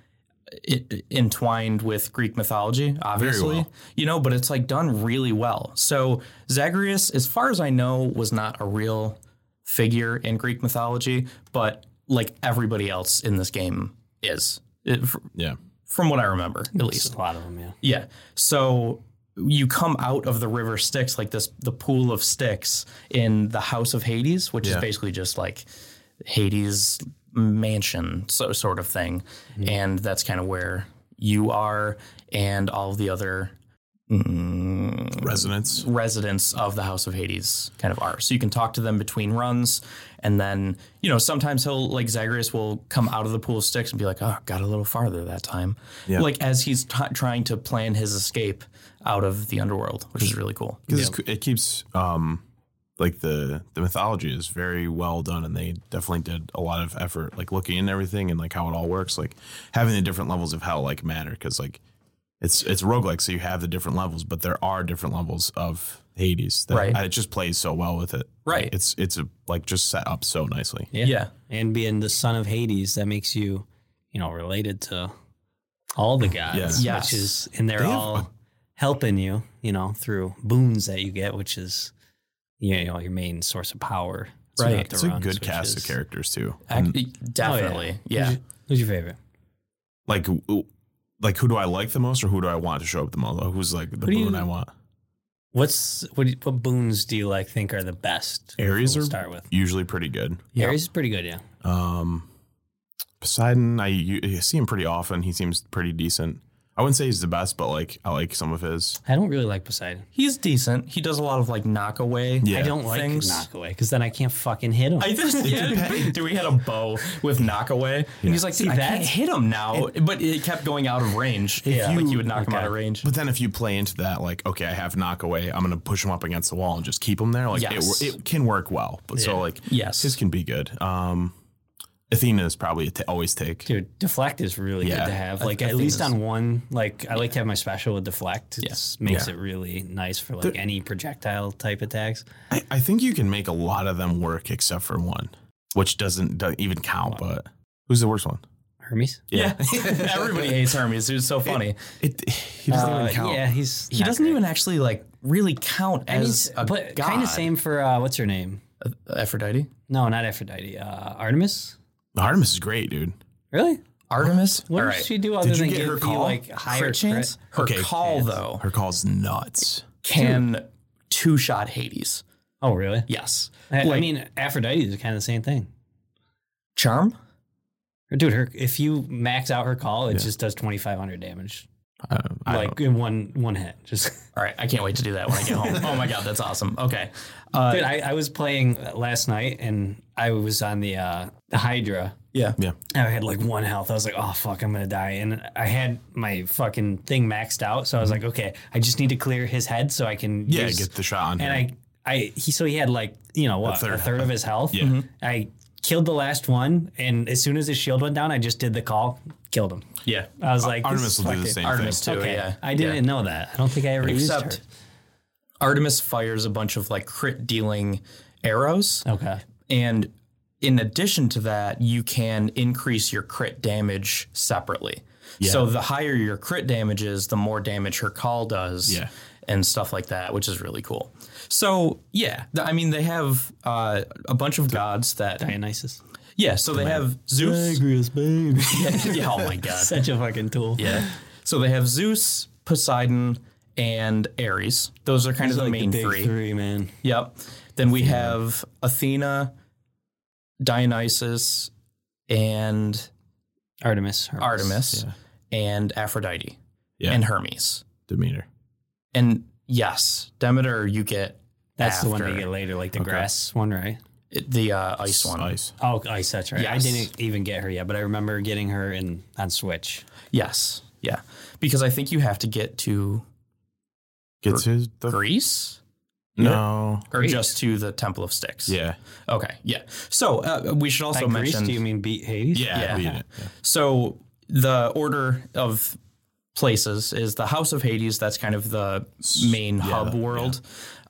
[SPEAKER 3] it, entwined with Greek mythology, obviously,
[SPEAKER 2] well.
[SPEAKER 3] you know, but it's like done really well. So Zagreus, as far as I know, was not a real figure in Greek mythology, but like everybody else in this game is, it, fr-
[SPEAKER 2] yeah.
[SPEAKER 3] from what I remember, at least.
[SPEAKER 1] There's a lot of them, yeah.
[SPEAKER 3] Yeah. So you come out of the river Styx, like this, the pool of Styx in the House of Hades, which is
[SPEAKER 2] Yeah.
[SPEAKER 3] basically just like Hades' mansion, so sort of thing. And that's kind of where you are, and all the other
[SPEAKER 2] Resonance.
[SPEAKER 3] residents of the House of Hades kind of are. So you can talk to them between runs, and then you know sometimes he'll like Zagreus will come out of the pool of sticks and be like, "Oh, got a little farther that time,"
[SPEAKER 2] Yeah.
[SPEAKER 3] like as he's t- trying to plan his escape out of the underworld, which is really cool.
[SPEAKER 2] because it keeps um like the the mythology is very well done and they definitely did a lot of effort like looking into everything and like how it all works like having the different levels of hell like matter because like it's it's roguelike so you have the different levels but there are different levels of hades that
[SPEAKER 3] Right.
[SPEAKER 2] and it just plays so well with it
[SPEAKER 3] Right.
[SPEAKER 2] Like, it's it's a like just set up so nicely
[SPEAKER 3] Yeah.
[SPEAKER 1] And being the son of Hades, that makes you, you know, related to all the gods,
[SPEAKER 3] Yeah. Yes.
[SPEAKER 1] which is, and they're
[SPEAKER 2] They have
[SPEAKER 1] all helping you, you know, through boons that you get, which is, you know, your main source of power.
[SPEAKER 3] Right.
[SPEAKER 1] throughout the
[SPEAKER 2] It's a
[SPEAKER 1] runs,
[SPEAKER 2] good
[SPEAKER 1] which
[SPEAKER 2] cast
[SPEAKER 1] is-
[SPEAKER 2] of characters too.
[SPEAKER 3] Ac-
[SPEAKER 2] And,
[SPEAKER 3] Definitely.
[SPEAKER 1] Oh,
[SPEAKER 3] yeah.
[SPEAKER 1] Who's your, who's your favorite?
[SPEAKER 2] like, w- like who do I like the most, or who do I want to show up the most? Like, Who's like the
[SPEAKER 1] Who do
[SPEAKER 2] boon
[SPEAKER 1] you-
[SPEAKER 2] I want?
[SPEAKER 1] What's what? do you- What boons do you like? Think are the best?
[SPEAKER 2] Aries
[SPEAKER 1] We'll
[SPEAKER 2] are-
[SPEAKER 1] start with.
[SPEAKER 2] Usually pretty good.
[SPEAKER 1] Yeah. Aries is pretty good. Yeah.
[SPEAKER 2] Um, Poseidon, I, u- I see him pretty often. He seems pretty decent. I wouldn't say he's the best, but like I like some of his.
[SPEAKER 1] I don't really like Poseidon.
[SPEAKER 3] He's decent. He does a lot of like knockaway.
[SPEAKER 2] Yeah.
[SPEAKER 1] I don't like
[SPEAKER 3] Things-
[SPEAKER 1] Knockaway because then I can't fucking hit him.
[SPEAKER 3] I just yeah. Dude, we had a bow with knockaway. And he's like, dude, I
[SPEAKER 1] that?
[SPEAKER 3] can't hit him now. but it kept going out of range. Yeah. like you would knock him out of range.
[SPEAKER 2] But then if you play into that, like okay, I have knockaway. I'm gonna push him up against the wall and just keep him there. Like
[SPEAKER 3] Yes.
[SPEAKER 2] it, it can work well. But so like
[SPEAKER 3] Yes.
[SPEAKER 2] his can be good. Um, Athena is probably a t- always take.
[SPEAKER 1] Dude, deflect is really
[SPEAKER 2] Yeah.
[SPEAKER 1] good to have.
[SPEAKER 3] I-
[SPEAKER 1] Like
[SPEAKER 3] I
[SPEAKER 1] at
[SPEAKER 3] think
[SPEAKER 1] least
[SPEAKER 3] it's-
[SPEAKER 1] on one, like I like to have my special with deflect. It makes
[SPEAKER 2] Yeah.
[SPEAKER 1] it really nice for like any projectile type attacks.
[SPEAKER 2] I, I think you can make a lot of them work except for one, which doesn't, doesn't even count. But who's the worst one?
[SPEAKER 1] Hermes.
[SPEAKER 3] yeah. Everybody hates Hermes. Dude, It's so funny.
[SPEAKER 2] It he doesn't
[SPEAKER 1] Uh,
[SPEAKER 2] even count.
[SPEAKER 1] yeah, he's
[SPEAKER 3] he
[SPEAKER 1] not
[SPEAKER 3] doesn't
[SPEAKER 1] great.
[SPEAKER 3] even actually like really count
[SPEAKER 1] I mean,
[SPEAKER 3] as a
[SPEAKER 1] but
[SPEAKER 3] god.
[SPEAKER 1] kind of same for uh, what's her name?
[SPEAKER 3] Aphrodite,
[SPEAKER 1] No, not Aphrodite. Uh, Artemis.
[SPEAKER 2] Artemis is great, dude.
[SPEAKER 1] Really?
[SPEAKER 3] Artemis.
[SPEAKER 1] What
[SPEAKER 3] All
[SPEAKER 1] did
[SPEAKER 3] right.
[SPEAKER 1] she do other
[SPEAKER 2] you
[SPEAKER 1] than
[SPEAKER 2] get
[SPEAKER 1] give
[SPEAKER 2] her
[SPEAKER 1] you
[SPEAKER 2] call?
[SPEAKER 1] like higher
[SPEAKER 3] Her
[SPEAKER 1] crit?
[SPEAKER 3] chance, her
[SPEAKER 2] Okay.
[SPEAKER 3] call though
[SPEAKER 2] Her call's nuts.
[SPEAKER 3] can two shot Hades.
[SPEAKER 1] Oh, really?
[SPEAKER 3] Yes,
[SPEAKER 1] I, I
[SPEAKER 3] Like,
[SPEAKER 1] mean, Aphrodite is kind of the same thing.
[SPEAKER 3] charm.
[SPEAKER 1] Dude, her if you max out her call, it just does twenty five hundred damage,
[SPEAKER 2] I don't- I
[SPEAKER 1] like in one one hit. Just
[SPEAKER 3] All right, I can't wait to do that when I get home. oh my god, that's awesome. Okay, uh,
[SPEAKER 1] Dude, I, I was playing last night and I was on the uh, Hydra.
[SPEAKER 3] yeah,
[SPEAKER 2] Yeah.
[SPEAKER 1] And I had like one health. I was like, oh, fuck, I'm going to die. And I had my fucking thing maxed out. So I was like, okay, I just need to clear his head so I can.
[SPEAKER 2] Mm-hmm. Yeah,
[SPEAKER 1] use-
[SPEAKER 2] get the shot on him.
[SPEAKER 1] and I, I, he, so he had like, you know, what, a third,
[SPEAKER 2] third
[SPEAKER 1] of his health. Mm-hmm.
[SPEAKER 2] Yeah.
[SPEAKER 1] I killed the last one. And as soon as his shield went down, I just did the call, killed him.
[SPEAKER 3] yeah.
[SPEAKER 1] I was like,
[SPEAKER 2] Artemis
[SPEAKER 1] this
[SPEAKER 2] will do the
[SPEAKER 1] fucking-
[SPEAKER 2] same
[SPEAKER 3] Uh, Artemis
[SPEAKER 2] thing.
[SPEAKER 3] too.
[SPEAKER 1] Okay.
[SPEAKER 3] Yeah,
[SPEAKER 1] I didn't know that. I don't think I ever
[SPEAKER 3] Except-
[SPEAKER 1] Except,
[SPEAKER 3] Artemis fires a bunch of like crit dealing arrows,
[SPEAKER 1] used her. Okay.
[SPEAKER 3] and in addition to that, you can increase your crit damage separately. So the higher your crit damage is, the more damage her call does,
[SPEAKER 2] Yeah.
[SPEAKER 3] and stuff like that, which is really cool. So yeah, th- I mean they have uh, a bunch of gods that
[SPEAKER 1] Dionysus.
[SPEAKER 3] yeah. So they have Zeus. yeah, oh my god.
[SPEAKER 1] Such a fucking tool.
[SPEAKER 3] Yeah. So they have Zeus, Poseidon, and Ares. Those are kind of the
[SPEAKER 1] Like
[SPEAKER 3] main
[SPEAKER 1] big
[SPEAKER 3] three.
[SPEAKER 1] three, man.
[SPEAKER 3] Yep. Then we have Athena, Dionysus, and
[SPEAKER 1] Artemis. Hermes.
[SPEAKER 3] Artemis, and Aphrodite,
[SPEAKER 2] Yeah.
[SPEAKER 3] and Hermes.
[SPEAKER 2] Demeter.
[SPEAKER 3] And yes, Demeter, you get
[SPEAKER 1] That's the one
[SPEAKER 3] after
[SPEAKER 1] they get later, like the grass one, right?
[SPEAKER 3] it- the uh, ice one.
[SPEAKER 2] Ice.
[SPEAKER 1] Oh, ice. That's right.
[SPEAKER 3] Yes.
[SPEAKER 1] I didn't even get her yet, but I remember getting her in on Switch.
[SPEAKER 3] Yes. Yeah. Because I think you have to get to
[SPEAKER 2] Gets his the,
[SPEAKER 3] Greece
[SPEAKER 2] no.
[SPEAKER 3] or
[SPEAKER 1] Greece.
[SPEAKER 3] just to the Temple of Styx.
[SPEAKER 2] Yeah.
[SPEAKER 3] Okay. Yeah. So uh, we should also
[SPEAKER 1] By Greece,
[SPEAKER 3] mention.
[SPEAKER 1] do you mean beat Hades?
[SPEAKER 2] Yeah.
[SPEAKER 3] Yeah.
[SPEAKER 2] beat it.
[SPEAKER 3] So the order of places is the House of Hades. That's kind of the main hub world.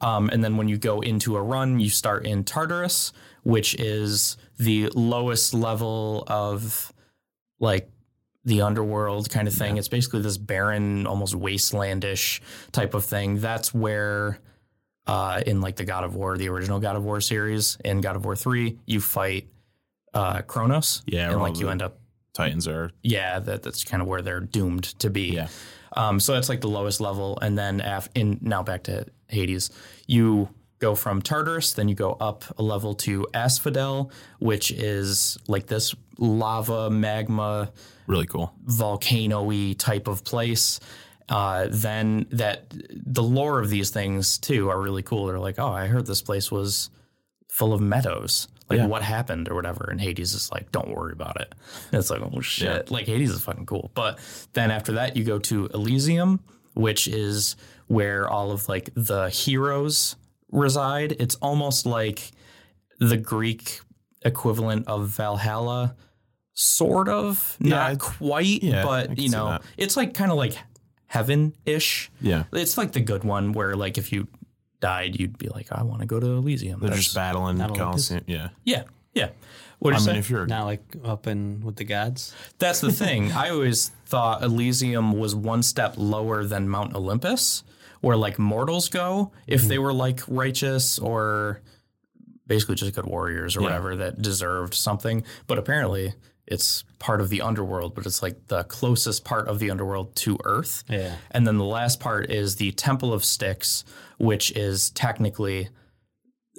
[SPEAKER 3] Um, and then when you go into a run, you start in Tartarus, which is the lowest level of like the underworld kind of thing. It's basically this barren, almost wastelandish type of thing. That's where. Uh, in like the God of War, the original God of War series, in God of War three, you fight uh, Kronos,
[SPEAKER 2] Yeah,
[SPEAKER 3] and
[SPEAKER 2] all
[SPEAKER 3] like you
[SPEAKER 2] the-
[SPEAKER 3] end up
[SPEAKER 2] Titans are
[SPEAKER 3] yeah, that, that's kind of where they're doomed to be.
[SPEAKER 2] Yeah.
[SPEAKER 3] Um, so that's like the lowest level, and then af- in now back to Hades, you go from Tartarus, then you go up a level to Asphodel, which is like this lava magma
[SPEAKER 2] really cool.
[SPEAKER 3] volcano-y type of place. Uh, then that the lore of these things too are really cool. They're like, oh, I heard this place was full of meadows. Like what happened or whatever. And Hades is like, don't worry about it. And it's like, oh shit. Like Hades is fucking cool. But then after that, you go to Elysium, which is where all of like the heroes reside. It's almost like the Greek equivalent of Valhalla, sort of.
[SPEAKER 2] I-
[SPEAKER 3] Not quite,
[SPEAKER 2] yeah, I
[SPEAKER 3] but
[SPEAKER 2] can
[SPEAKER 3] you
[SPEAKER 2] see
[SPEAKER 3] know,
[SPEAKER 2] that.
[SPEAKER 3] it's like kind of like heaven ish.
[SPEAKER 2] Yeah.
[SPEAKER 3] It's like the good one where like if you died, you'd be like, I want to go to Elysium.
[SPEAKER 2] They're
[SPEAKER 3] That's-
[SPEAKER 2] just battling
[SPEAKER 1] like this.
[SPEAKER 2] Coliseum. yeah.
[SPEAKER 3] yeah. Yeah. What
[SPEAKER 2] I
[SPEAKER 3] did you
[SPEAKER 2] mean,
[SPEAKER 3] say?
[SPEAKER 2] if you're
[SPEAKER 1] Not like up in with the gods.
[SPEAKER 3] That's the thing. I always thought Elysium was one step lower than Mount Olympus, where like mortals go if they were like righteous or basically just good warriors or whatever that deserved something. But apparently, it's part of the underworld, but it's like the closest part of the underworld to Earth.
[SPEAKER 1] Yeah.
[SPEAKER 3] And then the last part is the Temple of Styx, which is technically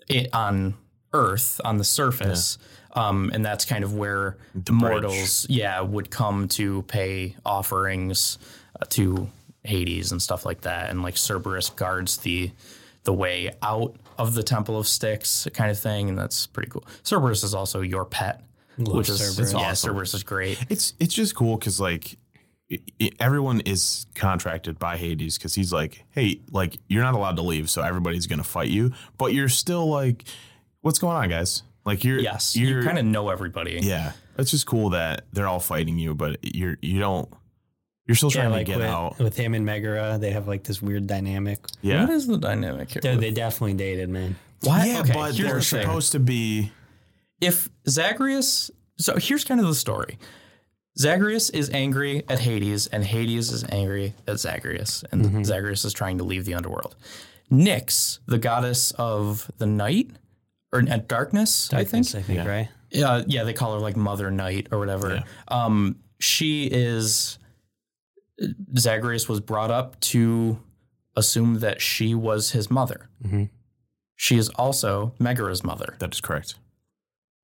[SPEAKER 3] it on Earth on the surface, um, and that's kind of where mortals, yeah, would come to pay offerings uh, to Hades and stuff like that, and like Cerberus guards the the way out of the Temple of Styx kind of thing, and that's pretty cool. Cerberus is also your pet, which is
[SPEAKER 1] Cerberus.
[SPEAKER 3] yeah, Cerberus is great.
[SPEAKER 2] It's it's just cool because like i i everyone is contracted by Hades because he's like, hey, like you're not allowed to leave, so everybody's gonna fight you, but you're still like, what's going on, guys? Like you're
[SPEAKER 3] Yes,
[SPEAKER 2] you're
[SPEAKER 3] you kind of know everybody.
[SPEAKER 2] yeah. It's just cool that they're all fighting you, but you're you don't you're still
[SPEAKER 1] Yeah,
[SPEAKER 2] trying
[SPEAKER 1] like
[SPEAKER 2] to get
[SPEAKER 1] with,
[SPEAKER 2] out.
[SPEAKER 1] with him and Megara, they have like this weird dynamic.
[SPEAKER 2] Yeah,
[SPEAKER 3] What is the dynamic here?
[SPEAKER 1] They, they definitely dated, man.
[SPEAKER 3] Why?
[SPEAKER 2] yeah,
[SPEAKER 3] okay,
[SPEAKER 2] but
[SPEAKER 3] here's
[SPEAKER 2] they're
[SPEAKER 3] the thing.
[SPEAKER 2] supposed to be
[SPEAKER 3] if Zagreus, so here's kind of the story. Zagreus is angry at Hades, and Hades is angry at Zagreus, and
[SPEAKER 2] Mm-hmm.
[SPEAKER 3] Zagreus is trying to leave the underworld. Nyx, the goddess of the night or uh, darkness, I think.
[SPEAKER 1] I think, right?
[SPEAKER 3] Uh, yeah, they call her like Mother Night or whatever. Um, she is. Zagreus was brought up to assume that she was his mother.
[SPEAKER 2] Mm-hmm.
[SPEAKER 1] Mhm.
[SPEAKER 3] She is also Megara's mother.
[SPEAKER 2] that is correct.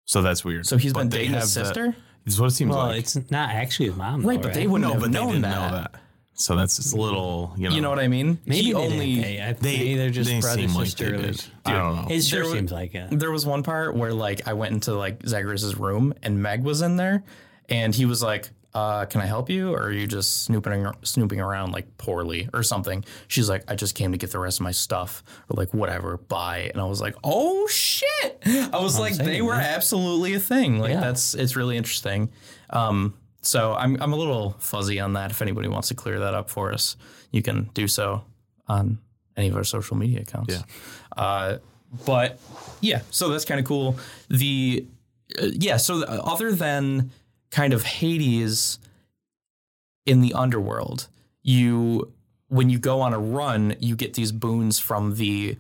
[SPEAKER 2] So that's weird.
[SPEAKER 3] So he's
[SPEAKER 2] But
[SPEAKER 3] been
[SPEAKER 2] they
[SPEAKER 3] dating his
[SPEAKER 2] have that-
[SPEAKER 3] sister?
[SPEAKER 2] This is what it seems
[SPEAKER 1] Well,
[SPEAKER 2] like.
[SPEAKER 1] it's not actually his mom,
[SPEAKER 3] Right,
[SPEAKER 1] though,
[SPEAKER 3] but they wouldn't
[SPEAKER 2] no,
[SPEAKER 3] have
[SPEAKER 2] but they
[SPEAKER 3] known,
[SPEAKER 2] didn't
[SPEAKER 3] that.
[SPEAKER 2] know that. So that's just a little, you know.
[SPEAKER 3] You know what I mean?
[SPEAKER 1] Maybe
[SPEAKER 3] he
[SPEAKER 1] they
[SPEAKER 3] only
[SPEAKER 1] didn't. They- I- maybe they're just
[SPEAKER 2] they
[SPEAKER 1] brother
[SPEAKER 2] seem like
[SPEAKER 1] sister.
[SPEAKER 2] they did.
[SPEAKER 1] relation.
[SPEAKER 2] I don't know.
[SPEAKER 1] It sure
[SPEAKER 3] There were-
[SPEAKER 1] seems like it.
[SPEAKER 3] there was one part where like I went into like Zagreus's room and Meg was in there, and he was like, uh, "Can I help you? Or are you just snooping snooping around like poorly or something?" She's like, "I just came to get the rest of my stuff or like whatever." Bye. And I was like, "Oh shit!" I was like,
[SPEAKER 1] saying,
[SPEAKER 3] "They were
[SPEAKER 1] man.
[SPEAKER 3] absolutely a thing." Like
[SPEAKER 1] Yeah.
[SPEAKER 3] that's it's really interesting. Um, so I'm I'm a little fuzzy on that. If anybody wants to clear that up for us, you can do so on any of our social media accounts. Yeah. Uh, but yeah, so that's kind of cool. The uh, yeah, so the, other than kind of Hades in the underworld, you when you go on a run, you get these boons from the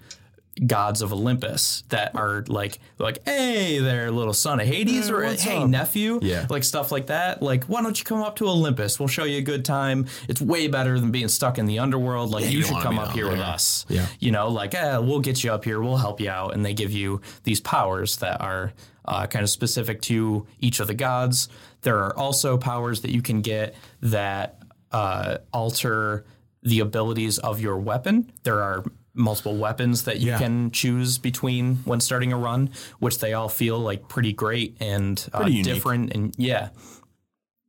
[SPEAKER 3] gods of Olympus that are like like hey there little son of Hades or hey nephew
[SPEAKER 2] Yeah.
[SPEAKER 3] like stuff like that like why don't you come up to Olympus we'll show you a good time it's way better than being stuck in the underworld like you,
[SPEAKER 2] you don't
[SPEAKER 3] should
[SPEAKER 2] wanna
[SPEAKER 3] come
[SPEAKER 2] be
[SPEAKER 3] up
[SPEAKER 2] down
[SPEAKER 3] here with
[SPEAKER 2] there.
[SPEAKER 3] us
[SPEAKER 2] Yeah.
[SPEAKER 3] you know like eh, we'll get you up here we'll help you out and they give you these powers that are uh, kind of specific to each of the gods there are also powers that you can get that uh, alter the abilities of your weapon there are multiple weapons that you
[SPEAKER 2] Yeah.
[SPEAKER 3] can choose between when starting a run which they all feel like pretty great and uh,
[SPEAKER 2] Pretty unique.
[SPEAKER 3] different and yeah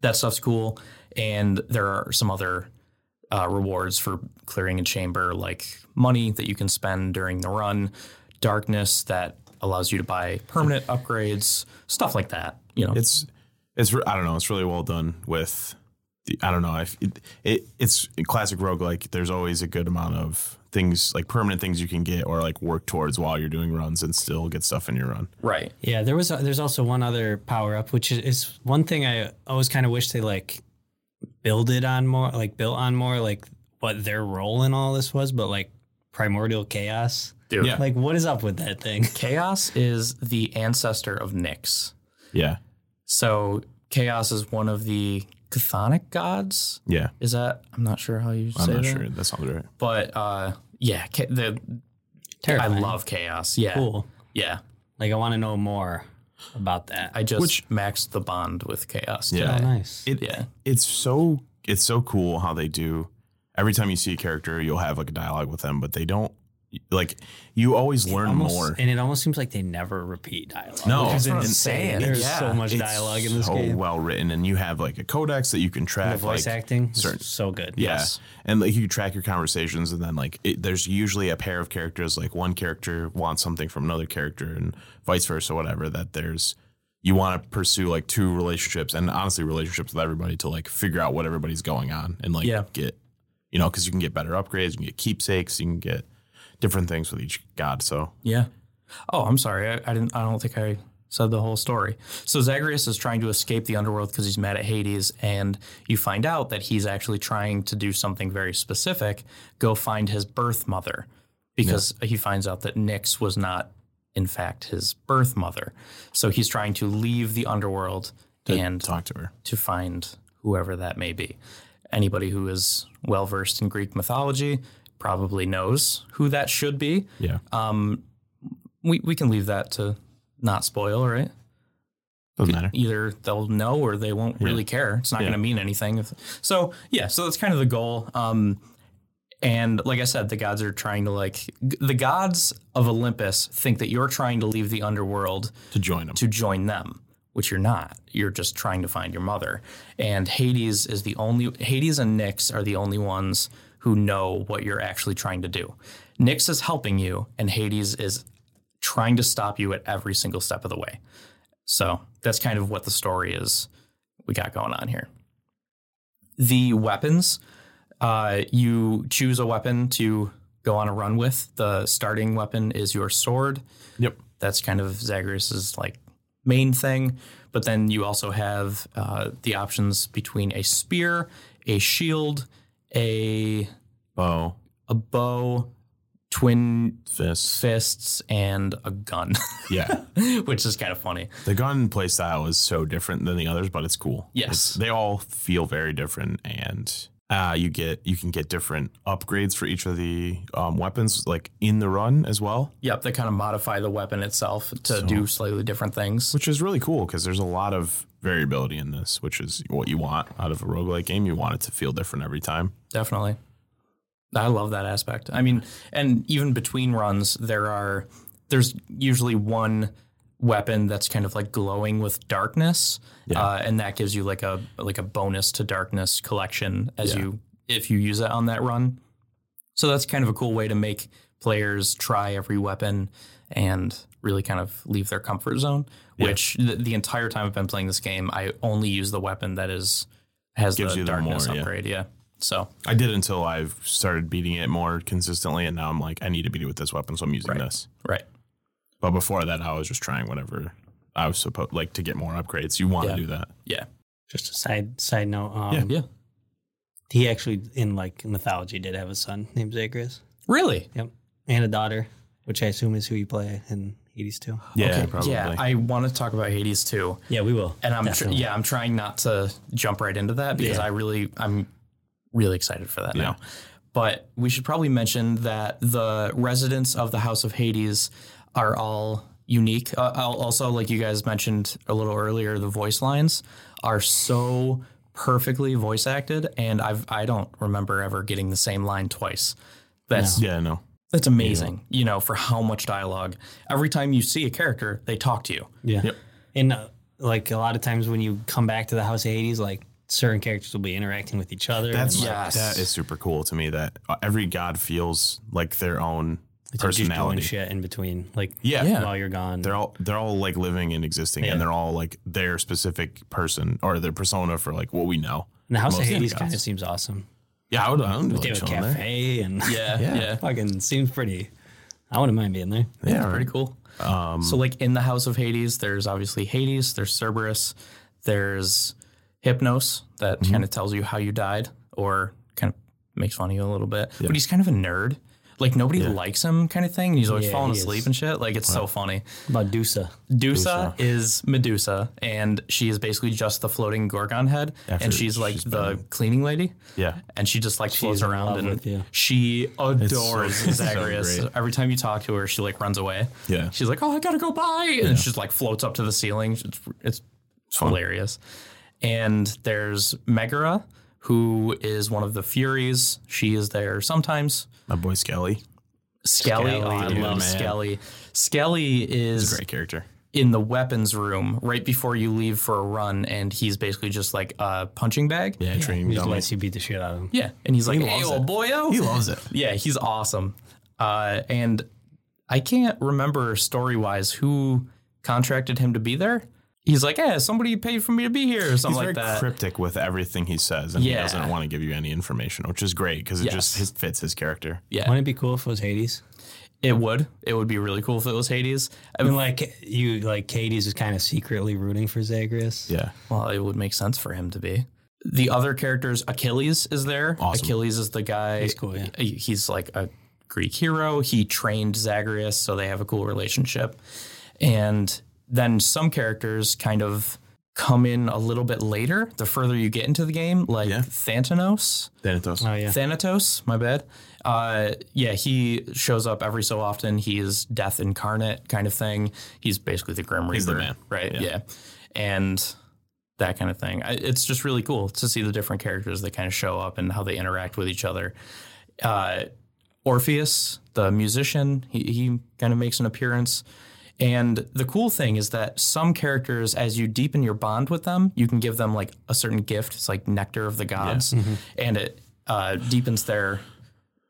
[SPEAKER 3] that stuff's cool. And there are some other uh, rewards for clearing a chamber, like money that you can spend during the run, darkness that allows you to buy permanent upgrades, stuff like that. You know,
[SPEAKER 2] it's it's re- I don't know. It's really well done with the I don't know. If it, it it's a classic roguelike. There's always a good amount of things like permanent things you can get or like work towards while you're doing runs and still get stuff in your run.
[SPEAKER 3] right?
[SPEAKER 1] Yeah, there was. there's also one other power up, which is, is one thing I always kind of wish they like build it on more, like built on more, like what their role in all this was. But like primordial chaos,
[SPEAKER 3] Dude,
[SPEAKER 2] Yeah.
[SPEAKER 1] like what is up with that thing?
[SPEAKER 3] chaos is the ancestor of Nyx.
[SPEAKER 2] Yeah,
[SPEAKER 3] So chaos is one of the chthonic gods.
[SPEAKER 2] yeah.
[SPEAKER 3] Is that? I'm not sure how you say
[SPEAKER 2] I'm not
[SPEAKER 3] that.
[SPEAKER 2] sure. That sounds right.
[SPEAKER 3] But uh, yeah, ca- the, I
[SPEAKER 1] Terrifying.
[SPEAKER 3] love chaos. Yeah,
[SPEAKER 1] Cool.
[SPEAKER 3] yeah.
[SPEAKER 1] Like I want to know more about that.
[SPEAKER 3] I just
[SPEAKER 2] Which-
[SPEAKER 3] maxed the bond with chaos.
[SPEAKER 2] Yeah.
[SPEAKER 1] oh,
[SPEAKER 3] today.
[SPEAKER 1] nice.
[SPEAKER 2] It,
[SPEAKER 3] Yeah.
[SPEAKER 2] it's so it's so cool how they do. Every time you see a character, you'll have like a dialogue with them, but they don't like. You always learn
[SPEAKER 1] Almost-
[SPEAKER 2] more.
[SPEAKER 1] and it almost seems like they never repeat dialogue.
[SPEAKER 2] No,
[SPEAKER 1] which is
[SPEAKER 2] that's what I'm
[SPEAKER 1] insane.
[SPEAKER 3] saying.
[SPEAKER 1] There's
[SPEAKER 3] Yeah.
[SPEAKER 1] so much
[SPEAKER 2] It's
[SPEAKER 1] dialogue in this
[SPEAKER 2] so
[SPEAKER 1] game.
[SPEAKER 2] well written, and you have like a codex that you can track.
[SPEAKER 1] the voice
[SPEAKER 2] like,
[SPEAKER 1] acting, is
[SPEAKER 2] certain-
[SPEAKER 1] so good.
[SPEAKER 2] Yeah.
[SPEAKER 3] Yes.
[SPEAKER 2] And like you track your conversations, and then like it, there's usually a pair of characters, like one character wants something from another character, and vice versa, whatever. That there's you want to pursue like two relationships, and honestly, relationships with everybody to like figure out what everybody's going on and like
[SPEAKER 3] Yeah.
[SPEAKER 2] get, you know, because you can get better upgrades, you can get keepsakes, you can get different things with each god. So
[SPEAKER 3] Yeah. Oh, I'm sorry. I, I didn't. I don't think I said the whole story. So Zagreus is trying to escape the underworld because he's mad at Hades, and you find out that he's actually trying to do something very specific go find his birth mother because he finds out that Nyx was not, in fact, his birth mother. So he's trying to leave the underworld and
[SPEAKER 2] talk to her.
[SPEAKER 3] to find whoever that may be. Anybody who is well versed in Greek mythology probably knows who that should be.
[SPEAKER 2] Yeah,
[SPEAKER 3] We, we can leave that to not spoil, right?
[SPEAKER 2] doesn't matter.
[SPEAKER 3] either they'll know or they won't really care. It's not going to mean anything. If- So yeah, so that's kind of the goal. Um, and like I said, the gods are trying to like g- the gods of Olympus think that you're trying to leave the underworld
[SPEAKER 2] To join them.
[SPEAKER 3] to join them, which you're not. You're just trying to find your mother. And Hades is the only Hades and Nyx are the only ones who know what you're actually trying to do. Nyx is helping you, and Hades is trying to stop you at every single step of the way. So that's kind of what the story is we got going on here. The weapons, uh, you choose a weapon to go on a run with. The starting weapon is your sword
[SPEAKER 2] Yep.
[SPEAKER 3] that's kind of Zagreus's like main thing. But then you also have uh, the options between a spear, a shield, a
[SPEAKER 2] Bow,
[SPEAKER 3] a bow, twin
[SPEAKER 2] fist.
[SPEAKER 3] fists, and a gun,
[SPEAKER 2] Yeah.
[SPEAKER 3] which is kind of funny.
[SPEAKER 2] The gun play style is so different than the others, but it's cool.
[SPEAKER 3] Yes.
[SPEAKER 2] It's- they all feel very different, and uh, you get you can get different upgrades for each of the um, weapons, like in the run as well,
[SPEAKER 3] Yep, they kind of modify the weapon itself to
[SPEAKER 2] So-
[SPEAKER 3] do slightly different things.
[SPEAKER 2] which is really cool because there's a lot of variability in this, which is what you want out of a roguelike game. You want it to feel different every time.
[SPEAKER 3] Definitely. I love that aspect. I mean, and even between runs, there are there's usually one weapon that's kind of like glowing with darkness, uh, and that gives you like a like a bonus to darkness collection as you if you use it on that run. So that's kind of a cool way to make players try every weapon and really kind of leave their comfort zone. Which the, the entire time I've been playing this game, I only use the weapon that is has
[SPEAKER 2] Gives
[SPEAKER 3] the
[SPEAKER 2] you the
[SPEAKER 3] darkness
[SPEAKER 2] more, yeah.
[SPEAKER 3] upgrade. Yeah. So
[SPEAKER 2] I did until I've started beating it more consistently, and now I'm like, I need to beat it with this weapon, so I'm using
[SPEAKER 3] Right.
[SPEAKER 2] this.
[SPEAKER 3] right.
[SPEAKER 2] But before that, I was just trying whatever I was supposed like to get more upgrades. You want
[SPEAKER 3] Yeah.
[SPEAKER 2] to do that.
[SPEAKER 3] Yeah.
[SPEAKER 1] Just a side side note. Um,
[SPEAKER 2] Yeah.
[SPEAKER 3] Yeah.
[SPEAKER 1] He actually, in like mythology, did have a son named Zagreus.
[SPEAKER 3] Really?
[SPEAKER 1] Yep, and a daughter, which I assume is who you play in Hades too.
[SPEAKER 2] Yeah,
[SPEAKER 3] Okay.
[SPEAKER 2] probably.
[SPEAKER 3] Yeah, I want to talk about Hades too.
[SPEAKER 1] Yeah, we will.
[SPEAKER 3] And I'm tr-
[SPEAKER 1] Definitely.
[SPEAKER 3] yeah, I'm trying not to jump right into that because
[SPEAKER 1] Yeah.
[SPEAKER 3] I really I'm really excited for that
[SPEAKER 2] Yeah.
[SPEAKER 3] now. But we should probably mention that the residents of the House of Hades are all unique. Uh, al- also, like you guys mentioned a little earlier, the voice lines are so perfectly voice acted, and I've I don't remember ever getting the same line twice. That's
[SPEAKER 2] yeah, no.
[SPEAKER 3] That's amazing, you know, for how much dialogue. Every time you see a character, they talk to you.
[SPEAKER 1] Yeah.
[SPEAKER 2] Yep.
[SPEAKER 1] And uh, like a lot of times when you come back to the House of Hades, like certain characters will be interacting with each other.
[SPEAKER 2] That's
[SPEAKER 1] and, like,
[SPEAKER 3] Yes.
[SPEAKER 2] that is super cool to me. That uh, every god feels like their own
[SPEAKER 1] they're just doing
[SPEAKER 2] personality.
[SPEAKER 1] shit in between, like
[SPEAKER 2] Yeah.
[SPEAKER 3] Yeah.
[SPEAKER 1] while you're gone.
[SPEAKER 2] they're all they're all like living and existing,
[SPEAKER 1] Yeah.
[SPEAKER 2] and they're all like their specific person or their persona for like what we know.
[SPEAKER 1] and the House of
[SPEAKER 2] Most of the
[SPEAKER 1] Hades
[SPEAKER 2] gods.
[SPEAKER 1] kind of seems awesome.
[SPEAKER 2] Yeah, I would. I would
[SPEAKER 1] They
[SPEAKER 2] like
[SPEAKER 1] have a
[SPEAKER 2] chilling there.
[SPEAKER 1] cafe and
[SPEAKER 3] Yeah,
[SPEAKER 2] Yeah.
[SPEAKER 1] fucking seems pretty. I wouldn't mind being there.
[SPEAKER 2] Yeah,
[SPEAKER 3] Pretty
[SPEAKER 2] right.
[SPEAKER 3] cool. so, like in the House of Hades, there's obviously Hades, there's Cerberus, there's Hypnos that kind of tells you how you died or kind of makes fun of you a little bit. But he's kind of a nerd. Like nobody likes him, kind of thing. and He's always
[SPEAKER 1] Yeah,
[SPEAKER 3] falling
[SPEAKER 1] he
[SPEAKER 3] asleep
[SPEAKER 1] is.
[SPEAKER 3] and shit. Like it's so funny.
[SPEAKER 1] Medusa.
[SPEAKER 3] Dusa is Medusa, and she is basically just the floating Gorgon head,
[SPEAKER 2] After
[SPEAKER 3] and she's like
[SPEAKER 2] she's
[SPEAKER 3] the cleaning lady.
[SPEAKER 2] Yeah.
[SPEAKER 3] and she just like floats
[SPEAKER 1] in
[SPEAKER 3] around
[SPEAKER 1] love
[SPEAKER 3] and
[SPEAKER 1] with you.
[SPEAKER 3] she adores
[SPEAKER 2] so- it's so
[SPEAKER 3] Zagreus.
[SPEAKER 2] great.
[SPEAKER 3] Every time you talk to her, she like runs away.
[SPEAKER 2] Yeah.
[SPEAKER 3] she's like, "Oh, I gotta go by," and she's like floats up to the ceiling. It's, it's hilarious. And there's Megara, who is one of the Furies. She is there sometimes.
[SPEAKER 2] My boy Skelly,
[SPEAKER 3] Skelly,
[SPEAKER 1] Skelly,
[SPEAKER 3] oh, I
[SPEAKER 2] dude,
[SPEAKER 3] love
[SPEAKER 2] man.
[SPEAKER 3] Skelly. Skelly is
[SPEAKER 2] great character.
[SPEAKER 3] in the weapons room right before you leave for a run, and he's basically just like a punching bag.
[SPEAKER 2] Yeah, training
[SPEAKER 1] He just
[SPEAKER 2] dummy.
[SPEAKER 1] lets you beat the shit out of him.
[SPEAKER 3] Yeah, and he's like, "Hey,
[SPEAKER 2] loves
[SPEAKER 3] old
[SPEAKER 2] it.
[SPEAKER 3] boyo."
[SPEAKER 2] He loves it.
[SPEAKER 3] yeah, he's awesome. Uh, and I can't remember story wise who contracted him to be there. He's like, "Yeah, somebody paid for me to be here," or
[SPEAKER 2] He's
[SPEAKER 3] something
[SPEAKER 2] very
[SPEAKER 3] like that.
[SPEAKER 2] cryptic with everything he says, and he
[SPEAKER 3] Yeah.
[SPEAKER 2] doesn't want to give you any information, which is great because it
[SPEAKER 3] Yes.
[SPEAKER 2] just his, fits his character.
[SPEAKER 3] yeah,
[SPEAKER 1] Wouldn't it be cool if it was Hades?
[SPEAKER 3] It would. It would be really cool if it was Hades. I
[SPEAKER 1] And
[SPEAKER 3] mean,
[SPEAKER 1] like you, like Katie's is kind of secretly rooting for Zagreus.
[SPEAKER 2] Yeah.
[SPEAKER 3] well, it would make sense for him to be. The other characters, Achilles is there.
[SPEAKER 2] Awesome.
[SPEAKER 3] Achilles is the guy.
[SPEAKER 1] He's cool, yeah.
[SPEAKER 3] he- He's like a Greek hero. He trained Zagreus, so they have a cool relationship. And then some characters kind of come in a little bit later, the further you get into the game, like
[SPEAKER 2] Yeah.
[SPEAKER 3] Thanatos.
[SPEAKER 2] Thanatos.
[SPEAKER 1] Oh yeah.
[SPEAKER 3] Thanatos, my bad. Uh, yeah, he shows up every so often. He is death incarnate kind of thing. He's basically the Grim Reaper,
[SPEAKER 2] He's the man.
[SPEAKER 3] right? Yeah.
[SPEAKER 2] Yeah.
[SPEAKER 3] and that kind of thing. I, it's just really cool to see the different characters that kind of show up and how they interact with each other. Uh, Orpheus, the musician, he, he kind of makes an appearance. And the cool thing is that some characters, as you deepen your bond with them, you can give them like a certain gift. It's like nectar of the gods,
[SPEAKER 2] Mm-hmm.
[SPEAKER 3] and it uh, deepens their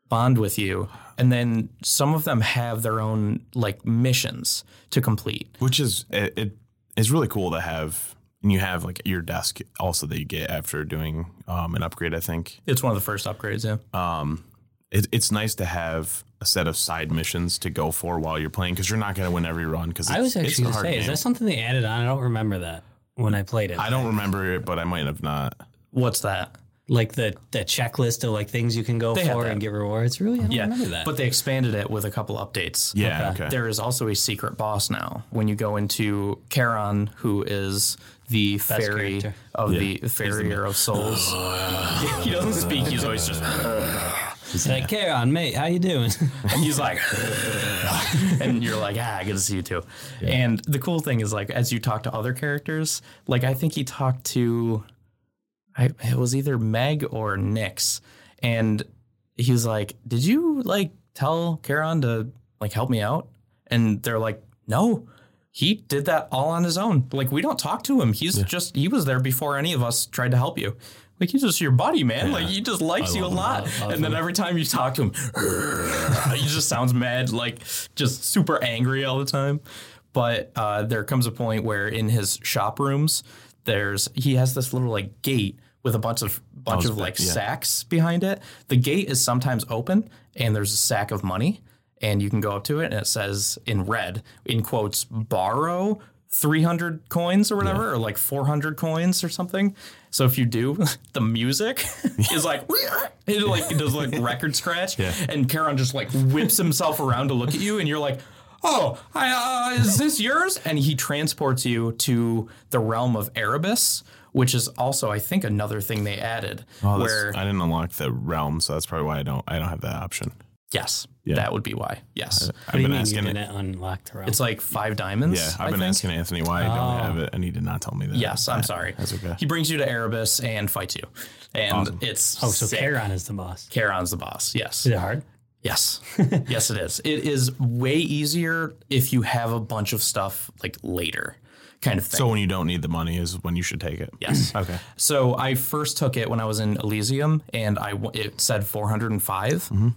[SPEAKER 3] bond with you. And then some of them have their own like missions to complete.
[SPEAKER 2] which is it, it is really cool to have and you have like your desk also that you get after doing um, an upgrade i think
[SPEAKER 3] It's one of the first upgrades, yeah.
[SPEAKER 2] um, it, it's nice to have a set of side missions to go for while you're playing because you're not going to win every run because
[SPEAKER 1] I was
[SPEAKER 2] it's a
[SPEAKER 1] actually going to
[SPEAKER 2] hard
[SPEAKER 1] say,
[SPEAKER 2] game.
[SPEAKER 1] is that something they added on? I don't remember that when I played it.
[SPEAKER 2] i don't remember it but i might have not
[SPEAKER 3] What's that?
[SPEAKER 1] like the the checklist of like things you can go
[SPEAKER 3] They had
[SPEAKER 1] for
[SPEAKER 3] that.
[SPEAKER 1] and get rewards. Really, I don't
[SPEAKER 3] Yeah,
[SPEAKER 1] remember that.
[SPEAKER 3] but they expanded it with a couple updates.
[SPEAKER 2] yeah okay,
[SPEAKER 3] There is also a secret boss now. When you go into Charon, who is the fairy
[SPEAKER 1] character.
[SPEAKER 3] of
[SPEAKER 2] Yeah.
[SPEAKER 3] the farrier of souls, he doesn't speak. He's always just
[SPEAKER 1] it's like, Charon, mate, how you doing?
[SPEAKER 3] he's like, and you're like, ah, good to see you too. And the cool thing is, like, as you talk to other characters, like I think he talked to, I it was either Meg or Nyx, and he was like, did you like tell Charon to like help me out? And they're like, no. He did that all on his own. Like we don't talk to him. He's just he was there before any of us tried to help you. Like he's just your buddy, man. Like he just likes you a lot. And then every time you talk to him, he just sounds mad, like just super angry all the time. But uh, there comes a point where in his shop rooms, there's he has this little like gate with a bunch of bunch
[SPEAKER 2] was
[SPEAKER 3] of
[SPEAKER 2] big,
[SPEAKER 3] like
[SPEAKER 2] yeah.
[SPEAKER 3] sacks behind it. The gate is sometimes open, and there's a sack of money, and you can go up to it, and it says in red, in quotes, borrow. 300 coins or whatever, or like 400 coins or something. So if you do, the music is like, it like does like record scratch. And Karen just like whips himself around to look at you, and you're like, oh, I, uh, is this yours? And he transports you to the realm of Erebus, which is also, I think, another thing they added.
[SPEAKER 2] Oh, that's-
[SPEAKER 3] where
[SPEAKER 2] i didn't unlock the realm so that's probably why i don't i don't have that option
[SPEAKER 3] yes,
[SPEAKER 2] Yeah.
[SPEAKER 3] that would be why. Yes,
[SPEAKER 1] what
[SPEAKER 2] i've
[SPEAKER 1] do you
[SPEAKER 2] been
[SPEAKER 1] mean you
[SPEAKER 2] asking
[SPEAKER 1] didn't unlock the realm?
[SPEAKER 3] it's like five diamonds.
[SPEAKER 2] yeah
[SPEAKER 3] I
[SPEAKER 2] i've been
[SPEAKER 3] think.
[SPEAKER 2] asking anthony why i don't
[SPEAKER 1] Oh.
[SPEAKER 2] have it and he did not tell me that
[SPEAKER 3] Yes, I'm sorry.
[SPEAKER 2] that's okay.
[SPEAKER 3] He brings you to Erebus and fights you, and it's
[SPEAKER 1] oh, so
[SPEAKER 3] sick.
[SPEAKER 1] Charon is the boss.
[SPEAKER 3] Charon's the boss. Yes.
[SPEAKER 1] Is it hard?
[SPEAKER 3] Yes. yes, it is. It is way easier if you have a bunch of stuff like later, kind of thing.
[SPEAKER 2] so when you don't need the money is when you should take it
[SPEAKER 3] Yes.
[SPEAKER 2] okay
[SPEAKER 3] So I first took it when I was in Elysium, and I w- it said 405
[SPEAKER 2] Mm-hmm.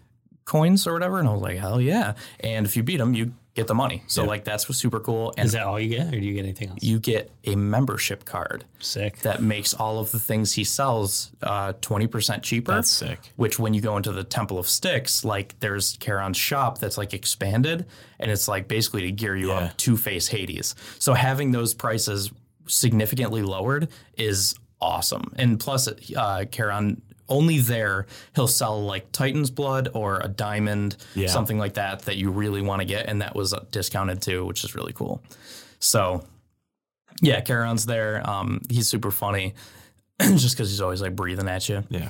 [SPEAKER 3] coins or whatever, and I was like, hell yeah! And if you beat them, you get the money. So like that's what's super cool, and
[SPEAKER 1] Is that all you get, or do you get anything else?
[SPEAKER 3] you get a membership card
[SPEAKER 1] Sick.
[SPEAKER 3] that makes all of the things he sells uh, twenty percent cheaper.
[SPEAKER 2] That's sick.
[SPEAKER 3] Which, when you go into the Temple of Styx, like there's Charon's shop that's like expanded, and it's like basically to gear you up to face Hades. So having those prices significantly lowered is awesome, and plus uh, Charon. Only there he'll sell like Titan's blood or a diamond, something like that that you really want to get, and that was uh, discounted too, which is really cool. So yeah, Charon's there. Um, he's super funny, just because he's always like breathing at you.
[SPEAKER 2] yeah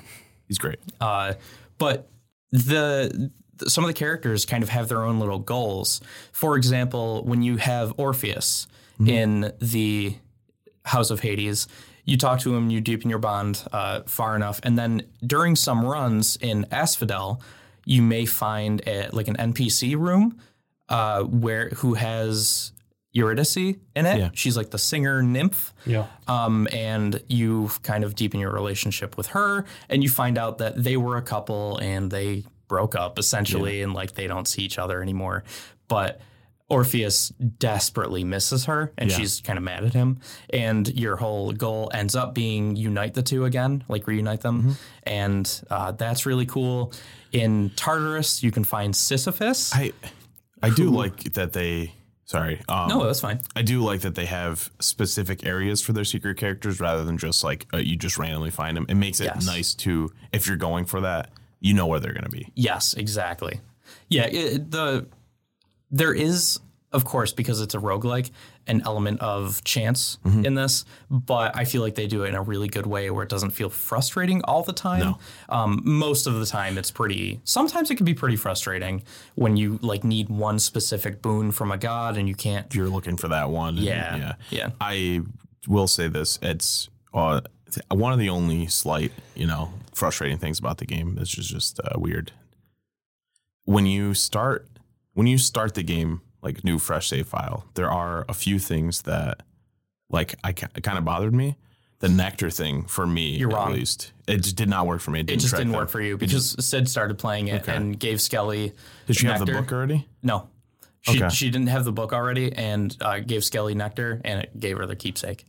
[SPEAKER 2] he's great
[SPEAKER 3] Uh, but the th- some of the characters kind of have their own little goals. For example, when you have Orpheus in the House of Hades, you talk to him, you deepen your bond uh, far enough, and then during some runs in Asphodel, you may find a, like an NPC room uh, where who has Eurydice in it.
[SPEAKER 2] Yeah.
[SPEAKER 3] She's like the singer nymph
[SPEAKER 1] yeah.
[SPEAKER 3] um, and you kind of deepen your relationship with her, and you find out that they were a couple and they broke up essentially, and like they don't see each other anymore. But Orpheus desperately misses her, and
[SPEAKER 2] Yeah.
[SPEAKER 3] she's kind of mad at him. And your whole goal ends up being unite the two again, like reunite them,
[SPEAKER 2] Mm-hmm.
[SPEAKER 3] and uh, that's really cool. In Tartarus, you can find Sisyphus.
[SPEAKER 2] i I do like that they. Sorry. Um,
[SPEAKER 3] No, Oh, that's fine.
[SPEAKER 2] I do like that they have specific areas for their secret characters rather than just like uh, you just randomly find them. It makes it
[SPEAKER 3] Yes.
[SPEAKER 2] nice to if you're going for that, you know where they're going to be.
[SPEAKER 3] Yes, exactly. Yeah, it, the there is of course because it's a roguelike an element of chance
[SPEAKER 2] Mm-hmm.
[SPEAKER 3] in this, but I feel like they do it in a really good way where it doesn't feel frustrating all the time. Um, most of the time it's pretty sometimes it can be pretty frustrating when you like need one specific boon from a god and you can't
[SPEAKER 2] If you're looking for that one, and-
[SPEAKER 3] yeah.
[SPEAKER 2] yeah.
[SPEAKER 3] Yeah.
[SPEAKER 2] I will say this: it's uh, th- one of the only slight, you know, frustrating things about the game. This is just uh, weird. When you start, when you start the game, like new fresh save file, there are a few things that, like, I kind of bothered me. The nectar thing for me,
[SPEAKER 3] You're
[SPEAKER 2] at
[SPEAKER 3] wrong.
[SPEAKER 2] least, it just did not work for me.
[SPEAKER 3] It just
[SPEAKER 2] track
[SPEAKER 3] didn't
[SPEAKER 2] that. Mm-hmm.
[SPEAKER 3] work for you because Sid started playing it
[SPEAKER 2] Okay.
[SPEAKER 3] and gave Skelly
[SPEAKER 2] Did you have the
[SPEAKER 3] Nectar.
[SPEAKER 2] book already?
[SPEAKER 3] No. She,
[SPEAKER 2] Okay.
[SPEAKER 3] she didn't have the book already and uh, gave Skelly nectar and it gave her the keepsake.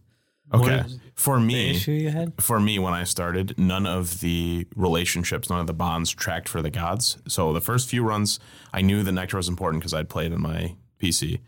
[SPEAKER 2] Okay.
[SPEAKER 1] is
[SPEAKER 2] For
[SPEAKER 3] Hmm?
[SPEAKER 2] me,
[SPEAKER 1] issue you had?
[SPEAKER 2] for me when I started, none of the relationships, none of the bonds tracked for the gods. So the first few runs, I knew the nectar was important because I'd played on my PC.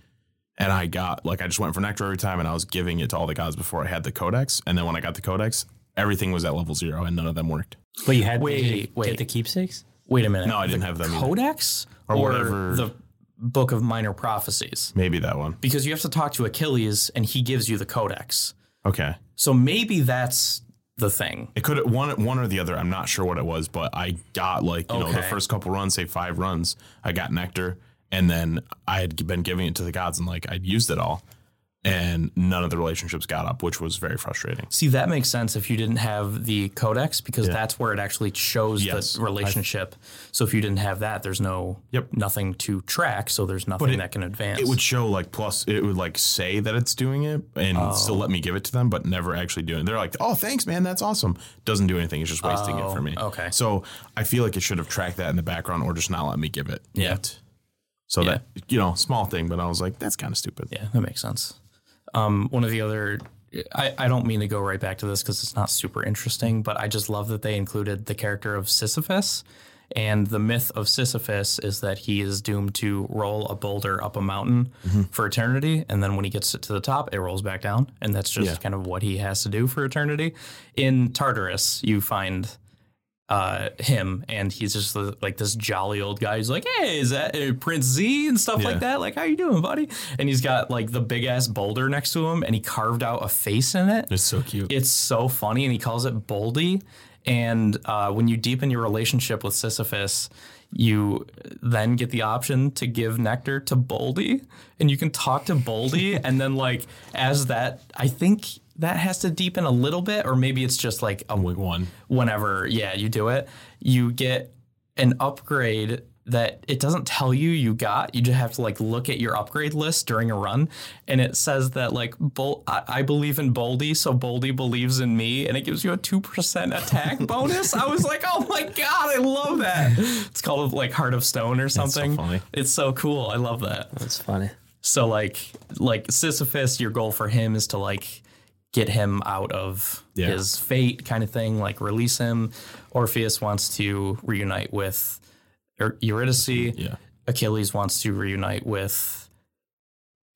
[SPEAKER 2] And I got like I just went for nectar every time and I was giving it to all the gods before I had the codex. And then when I got the codex, everything was at level zero and none of them worked.
[SPEAKER 1] But you had
[SPEAKER 3] Wait,
[SPEAKER 1] did you
[SPEAKER 3] wait.
[SPEAKER 1] get the keepsakes?
[SPEAKER 3] Wait a minute.
[SPEAKER 2] No, I didn't have them either.
[SPEAKER 3] Codex
[SPEAKER 2] Or whatever-
[SPEAKER 3] the Book of Minor Prophecies.
[SPEAKER 2] Maybe that one.
[SPEAKER 3] Because you have to talk to Achilles and he gives you the codex.
[SPEAKER 2] Okay.
[SPEAKER 3] So maybe that's the thing.
[SPEAKER 2] It could one one or the other. I'm not sure what it was, but I got like you know the
[SPEAKER 3] Okay.
[SPEAKER 2] first couple runs, say five runs, I got nectar, and then I had been giving it to the gods, and like I'd used it all, and none of the relationships got up, which was very frustrating.
[SPEAKER 3] See, that makes sense if you didn't have the codex because that's where it actually shows
[SPEAKER 2] Yes.
[SPEAKER 3] the relationship. so if you didn't have that, there's no
[SPEAKER 2] Yep.
[SPEAKER 3] nothing to track, so there's nothing that can advance.
[SPEAKER 2] It would show like plus, it would like say that it's doing it, and
[SPEAKER 3] Oh.
[SPEAKER 2] still let me give it to them, but never actually doing it. They're like, "Oh, thanks, man, that's awesome." Doesn't do anything. It's just wasting it for me.
[SPEAKER 3] Oh, okay.
[SPEAKER 2] So I feel like it should have tracked that in the background, or just not let me give it
[SPEAKER 3] Yeah.
[SPEAKER 2] yet. So
[SPEAKER 3] Yeah.
[SPEAKER 2] that you know, small thing, but I was like, that's kind of stupid.
[SPEAKER 3] Yeah, that makes sense. Um, one of the other, I, I don't mean to go right back to this because it's not super interesting, but I just love that they included the character of Sisyphus. And the myth of Sisyphus is that he is doomed to roll a boulder up a mountain for eternity. And then when he gets it to the top, it rolls back down. And that's just
[SPEAKER 2] Yeah.
[SPEAKER 3] kind of what he has to do for eternity. In Tartarus, you find uh, him, and he's just the- like this jolly old guy. He's like, "Hey, is that uh, Prince Z and stuff like that? Like, how you doing, buddy?" And he's got like the big ass boulder next to him, and he carved out a face in it.
[SPEAKER 2] It's so cute.
[SPEAKER 3] It's so funny, and he calls it Boldy. And uh, when you deepen your relationship with Sisyphus, you then get the option to give nectar to Boldy, and you can talk to Boldy. and then, like, as that, I think that has to deepen a little bit, or maybe it's just like a
[SPEAKER 2] Wait, one.
[SPEAKER 3] whenever yeah you do it you get an upgrade that it doesn't tell you you got you just have to like look at your upgrade list during a run and it says that like Bol- I-, I believe in boldy so boldy believes in me and it gives you a 2% attack bonus i was like oh my god i love that it's called like heart of stone or something
[SPEAKER 2] funny.
[SPEAKER 3] it's so cool i love that
[SPEAKER 1] That's funny.
[SPEAKER 3] so like like Sisyphus, your goal for him is to like get him out of
[SPEAKER 2] Yeah.
[SPEAKER 3] his fate kind of thing, like release him. Orpheus wants to reunite with Eur- Eurydice.
[SPEAKER 2] Yeah.
[SPEAKER 3] Achilles wants to reunite with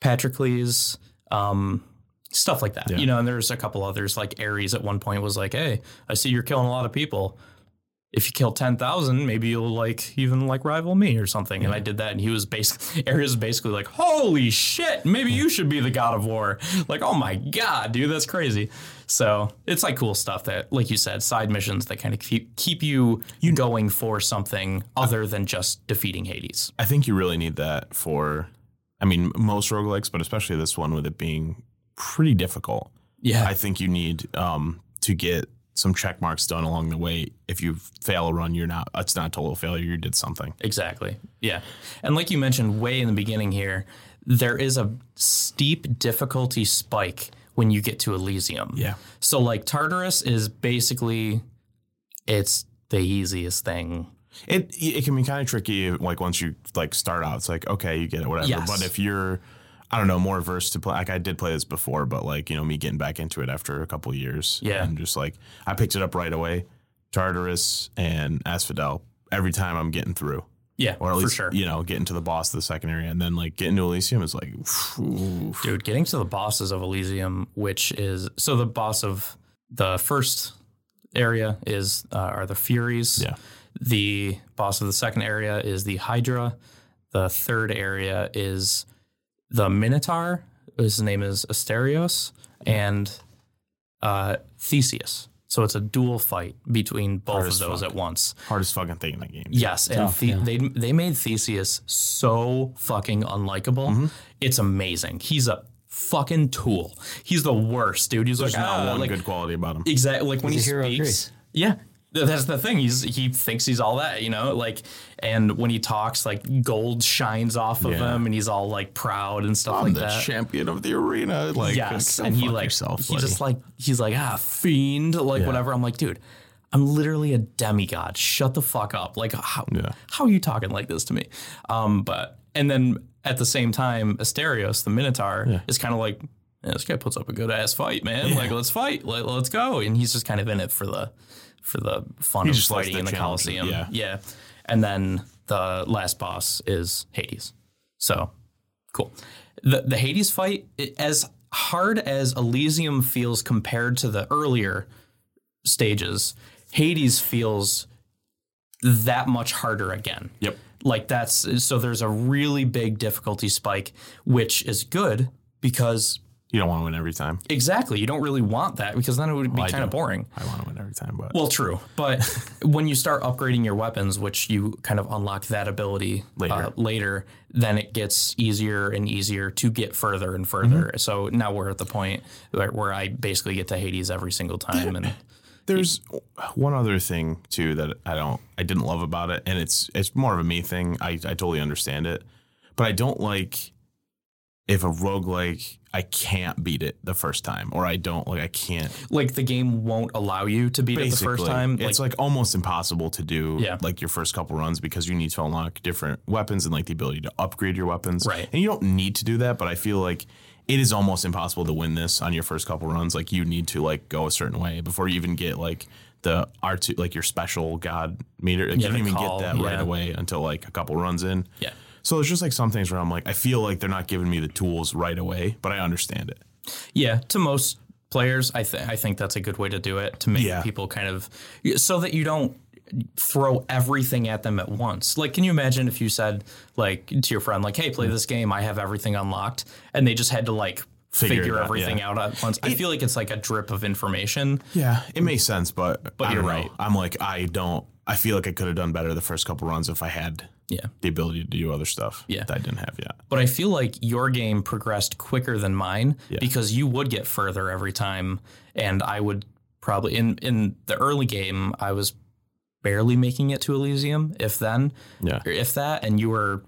[SPEAKER 3] Patrocles. Um stuff like that.
[SPEAKER 2] Yeah.
[SPEAKER 3] You know, and there's a couple others like Ares at one point was like, "Hey, I see you're killing a lot of people. If you kill 10,000, maybe you'll like even like rival me or something." And I did that and he was basically Ares basically like, "Holy shit, maybe you should be the god of war." Like, "Oh my god, dude, that's crazy." So, it's like cool stuff that like you said, side missions that kind of keep keep you, you going for something other than just defeating Hades.
[SPEAKER 2] I think you really need that for, I mean, most roguelikes, but especially this one with it being pretty difficult.
[SPEAKER 3] Yeah.
[SPEAKER 2] I think you need um, to get some check marks done along the way. If you fail a run, you're not, it's not a total failure. You did something.
[SPEAKER 3] Exactly. Yeah. And like you mentioned way in the beginning here, there is a steep difficulty spike when you get to Elysium.
[SPEAKER 2] Yeah.
[SPEAKER 3] So like Tartarus is basically it's the easiest thing.
[SPEAKER 2] It, it can be kind of tricky. Like once you like start out, it's like, okay, you get it, whatever.
[SPEAKER 3] Yes.
[SPEAKER 2] But if you're, I don't know, more versed to play, like I did play this before, but like, you know, me getting back into it after a couple years.
[SPEAKER 3] Yeah.
[SPEAKER 2] And just like, I picked it up right away. Tartarus and Asphodel. Every time I'm getting through.
[SPEAKER 3] Yeah,
[SPEAKER 2] or at
[SPEAKER 3] for
[SPEAKER 2] least
[SPEAKER 3] sure.
[SPEAKER 2] you know getting to the boss of the second area, and then like getting to Elysium is like, phew.
[SPEAKER 3] Dude, getting to the bosses of Elysium, which is so the boss of the first area is uh, are the Furies.
[SPEAKER 2] Yeah.
[SPEAKER 3] The boss of the second area is the Hydra. The third area is the Minotaur. His name is Asterios and uh, Theseus. So it's a dual fight between both
[SPEAKER 2] as
[SPEAKER 3] of those
[SPEAKER 2] fuck.
[SPEAKER 3] at once.
[SPEAKER 2] hardest fucking thing in the game.
[SPEAKER 3] Yes, and the- they they made Theseus so fucking unlikable. It's amazing. He's a fucking tool. He's the worst, dude. He's like,
[SPEAKER 2] Not
[SPEAKER 3] ah,
[SPEAKER 2] one
[SPEAKER 3] like
[SPEAKER 2] good quality about him.
[SPEAKER 3] exactly like when
[SPEAKER 1] He's
[SPEAKER 3] he
[SPEAKER 1] a hero of
[SPEAKER 3] speaks.
[SPEAKER 1] Greece.
[SPEAKER 3] Yeah. th- That's the thing. He's he thinks he's all that, you know, like and when he talks, like gold shines off of
[SPEAKER 2] Yeah.
[SPEAKER 3] him and he's all like proud and stuff
[SPEAKER 2] I'm
[SPEAKER 3] like
[SPEAKER 2] the
[SPEAKER 3] that.
[SPEAKER 2] champion of the arena. Like,
[SPEAKER 3] yes.
[SPEAKER 2] go
[SPEAKER 3] And he
[SPEAKER 2] fuck
[SPEAKER 3] like
[SPEAKER 2] yourself,
[SPEAKER 3] he
[SPEAKER 2] buddy.
[SPEAKER 3] just like he's like, ah, fiend, like whatever. I'm like, dude, I'm literally a demigod. Shut the fuck up. Like how
[SPEAKER 2] Yeah.
[SPEAKER 3] how are you talking like this to me? Um, but and then at the same time, Asterios, the Minotaur, is kind of like, "Yeah, this guy puts up a good ass fight, man. Like, let's fight, Let, let's go. And he's just kind of in it for the for the fun of
[SPEAKER 2] just likes
[SPEAKER 3] fighting
[SPEAKER 2] the
[SPEAKER 3] in the
[SPEAKER 2] challenge,
[SPEAKER 3] Coliseum.
[SPEAKER 2] yeah.
[SPEAKER 3] yeah. And then the last boss is Hades. So cool. The the Hades fight, i- as hard as Elysium feels compared to the earlier stages, Hades feels that much harder again.
[SPEAKER 2] Yep.
[SPEAKER 3] Like that's so there's a really big difficulty spike, which is good because
[SPEAKER 2] you don't want to win every time.
[SPEAKER 3] exactly you don't really want that because then it would be
[SPEAKER 2] Oh, I
[SPEAKER 3] kind of
[SPEAKER 2] do.
[SPEAKER 3] boring.
[SPEAKER 2] I want to win every time, but
[SPEAKER 3] Well, true, but when you start upgrading your weapons, which you kind of unlock that ability uh,
[SPEAKER 2] Later.
[SPEAKER 3] later, then it gets easier and easier to get further and further.
[SPEAKER 2] Mm-hmm.
[SPEAKER 3] So now we're at the point where, where I basically get to Hades every single time, and
[SPEAKER 2] There's one other thing too that I don't I didn't love about it, and it's it's more of a me thing. I, I totally understand it. But I don't like if a roguelike I can't beat it the first time, or I don't like I can't
[SPEAKER 3] like the game won't allow you to beat it the first
[SPEAKER 2] Basically,
[SPEAKER 3] time.
[SPEAKER 2] It's like, almost impossible to do
[SPEAKER 3] Yeah.
[SPEAKER 2] like your first couple runs because you need to unlock different weapons and like the ability to upgrade your weapons.
[SPEAKER 3] Right.
[SPEAKER 2] And you don't need to do that, but I feel like it is almost impossible to win this on your first couple runs. Like you need to like go a certain way before you even get like the R two like your special god meter. Like
[SPEAKER 3] Yeah,
[SPEAKER 2] you don't
[SPEAKER 3] the
[SPEAKER 2] even
[SPEAKER 3] call,
[SPEAKER 2] get that right
[SPEAKER 3] yeah.
[SPEAKER 2] away until like a couple runs in.
[SPEAKER 3] Yeah.
[SPEAKER 2] So there's just like some things where I'm like, I feel like they're not giving me the tools right away, but I understand it.
[SPEAKER 3] Yeah, to most players, I think I think that's a good way to do it to make
[SPEAKER 2] Yeah.
[SPEAKER 3] people kind of so that you don't throw everything at them at once. Like, can you imagine if you said like to your friend, like, "Hey,
[SPEAKER 2] Mm.
[SPEAKER 3] play this game. I have everything unlocked," and they just had to like figure,
[SPEAKER 2] Figure it out,
[SPEAKER 3] everything
[SPEAKER 2] yeah.
[SPEAKER 3] out at once? I feel like it's like a drip of information.
[SPEAKER 2] Yeah, it makes sense, but but
[SPEAKER 3] you're
[SPEAKER 2] you're
[SPEAKER 3] right.
[SPEAKER 2] right. I'm like I don't. I feel like I could have done better the first couple runs if I had
[SPEAKER 3] Yeah.
[SPEAKER 2] the ability to do other stuff
[SPEAKER 3] Yeah.
[SPEAKER 2] that I didn't have yet.
[SPEAKER 3] But I feel like your game progressed quicker than mine because you would get further every time, and I would probably in in the early game I was barely making it to Elysium, if then,
[SPEAKER 2] Yeah.
[SPEAKER 3] or if that, and you were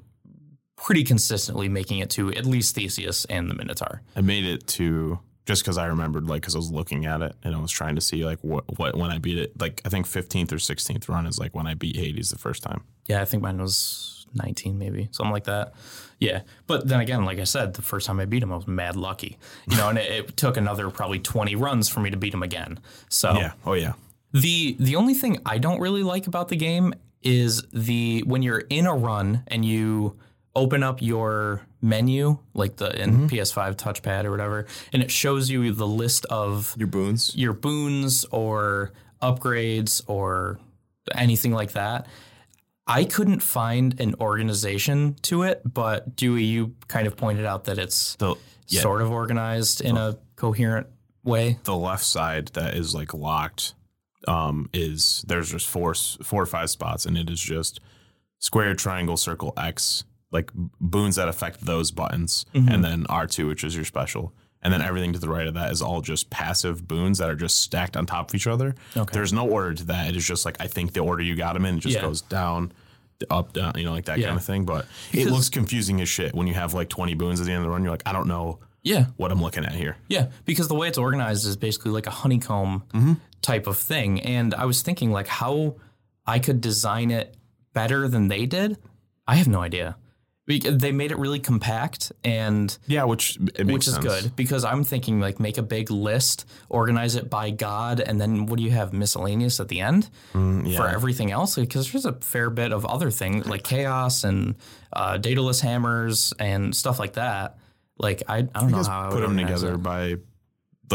[SPEAKER 3] pretty consistently making it to at least Theseus and the Minotaur.
[SPEAKER 2] I made it to just because I remembered, like, because I was looking at it and I was trying to see like what what when I beat it. Like I think 15th or 16th run is like when I beat Hades the first time.
[SPEAKER 3] Yeah, I think mine was 19, maybe something like that. Yeah, but then again, like I said, the first time I beat him, I was mad lucky, you know, and it, it took another probably 20 runs for me to beat him again. So
[SPEAKER 2] Yeah. Oh yeah.
[SPEAKER 3] The the only thing I don't really like about the game is the when you're in a run and you open up your menu like the in PS5 touchpad or whatever and it shows you the list of
[SPEAKER 2] Your boons.
[SPEAKER 3] your boons or upgrades or anything like that. I couldn't find an organization to it, but Dewey, you kind of pointed out that it's
[SPEAKER 2] The yeah,
[SPEAKER 3] sort of organized in a coherent way.
[SPEAKER 2] the left side that is like locked um is there's just four s- four or five spots and it is just square triangle circle x like b- boons that affect those buttons
[SPEAKER 3] Mm-hmm.
[SPEAKER 2] and then r2 which is your special and then everything to the right of that is all just passive boons that are just stacked on top of each other
[SPEAKER 3] Okay.
[SPEAKER 2] there's no order to that it is just like i think the order you got them in it just
[SPEAKER 3] Yeah.
[SPEAKER 2] goes down up down you know like that
[SPEAKER 3] Yeah.
[SPEAKER 2] kind of thing but it looks confusing as shit when you have like 20 boons at the end of the run you're like i don't know
[SPEAKER 3] Yeah.
[SPEAKER 2] what i'm looking at here
[SPEAKER 3] Yeah, because the way it's organized is basically like a honeycomb
[SPEAKER 2] Mm-hmm.
[SPEAKER 3] type of thing. And I was thinking like how I could design it better than they did. I have no idea. Bec- They made it really compact and
[SPEAKER 2] Yeah, which it makes
[SPEAKER 3] which is
[SPEAKER 2] sense.
[SPEAKER 3] good because I'm thinking like make a big list, organize it by god, and then what do you have miscellaneous at the end
[SPEAKER 2] Mm-hmm. Mm,
[SPEAKER 3] for everything else? Because there's a fair bit of other things like chaos and uh, dataless hammers and stuff like that. Like I, I don't know
[SPEAKER 2] Just
[SPEAKER 3] how I would
[SPEAKER 2] put them
[SPEAKER 3] organize
[SPEAKER 2] together
[SPEAKER 3] it.
[SPEAKER 2] by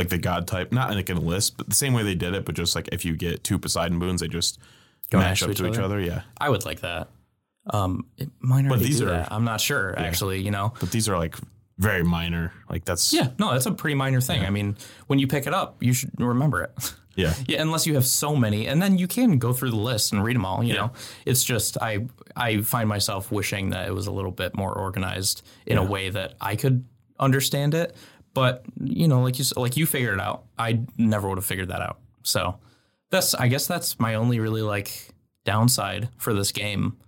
[SPEAKER 2] like the god type, not like in a list, but the same way they did it. But just like if you get two Poseidon moons, they just mash
[SPEAKER 3] next
[SPEAKER 2] up
[SPEAKER 3] to
[SPEAKER 2] to
[SPEAKER 3] each
[SPEAKER 2] each, other. Yeah,
[SPEAKER 3] I would like that. Um, it might already
[SPEAKER 2] these
[SPEAKER 3] do
[SPEAKER 2] are-
[SPEAKER 3] that. I'm not sure actually. You know,
[SPEAKER 2] but these are like very minor. Like that's
[SPEAKER 3] yeah, no, that's a pretty minor thing. I mean, when you pick it up, you should remember it.
[SPEAKER 2] yeah.
[SPEAKER 3] Yeah, unless you have so many, and then you can go through the list and read them all. You know, it's just I I find myself wishing that it was a little bit more organized in a way that I could understand it. But you know, like you s- like you figured it out, I never would have figured that out. So that's I guess that's my only really like downside for this game.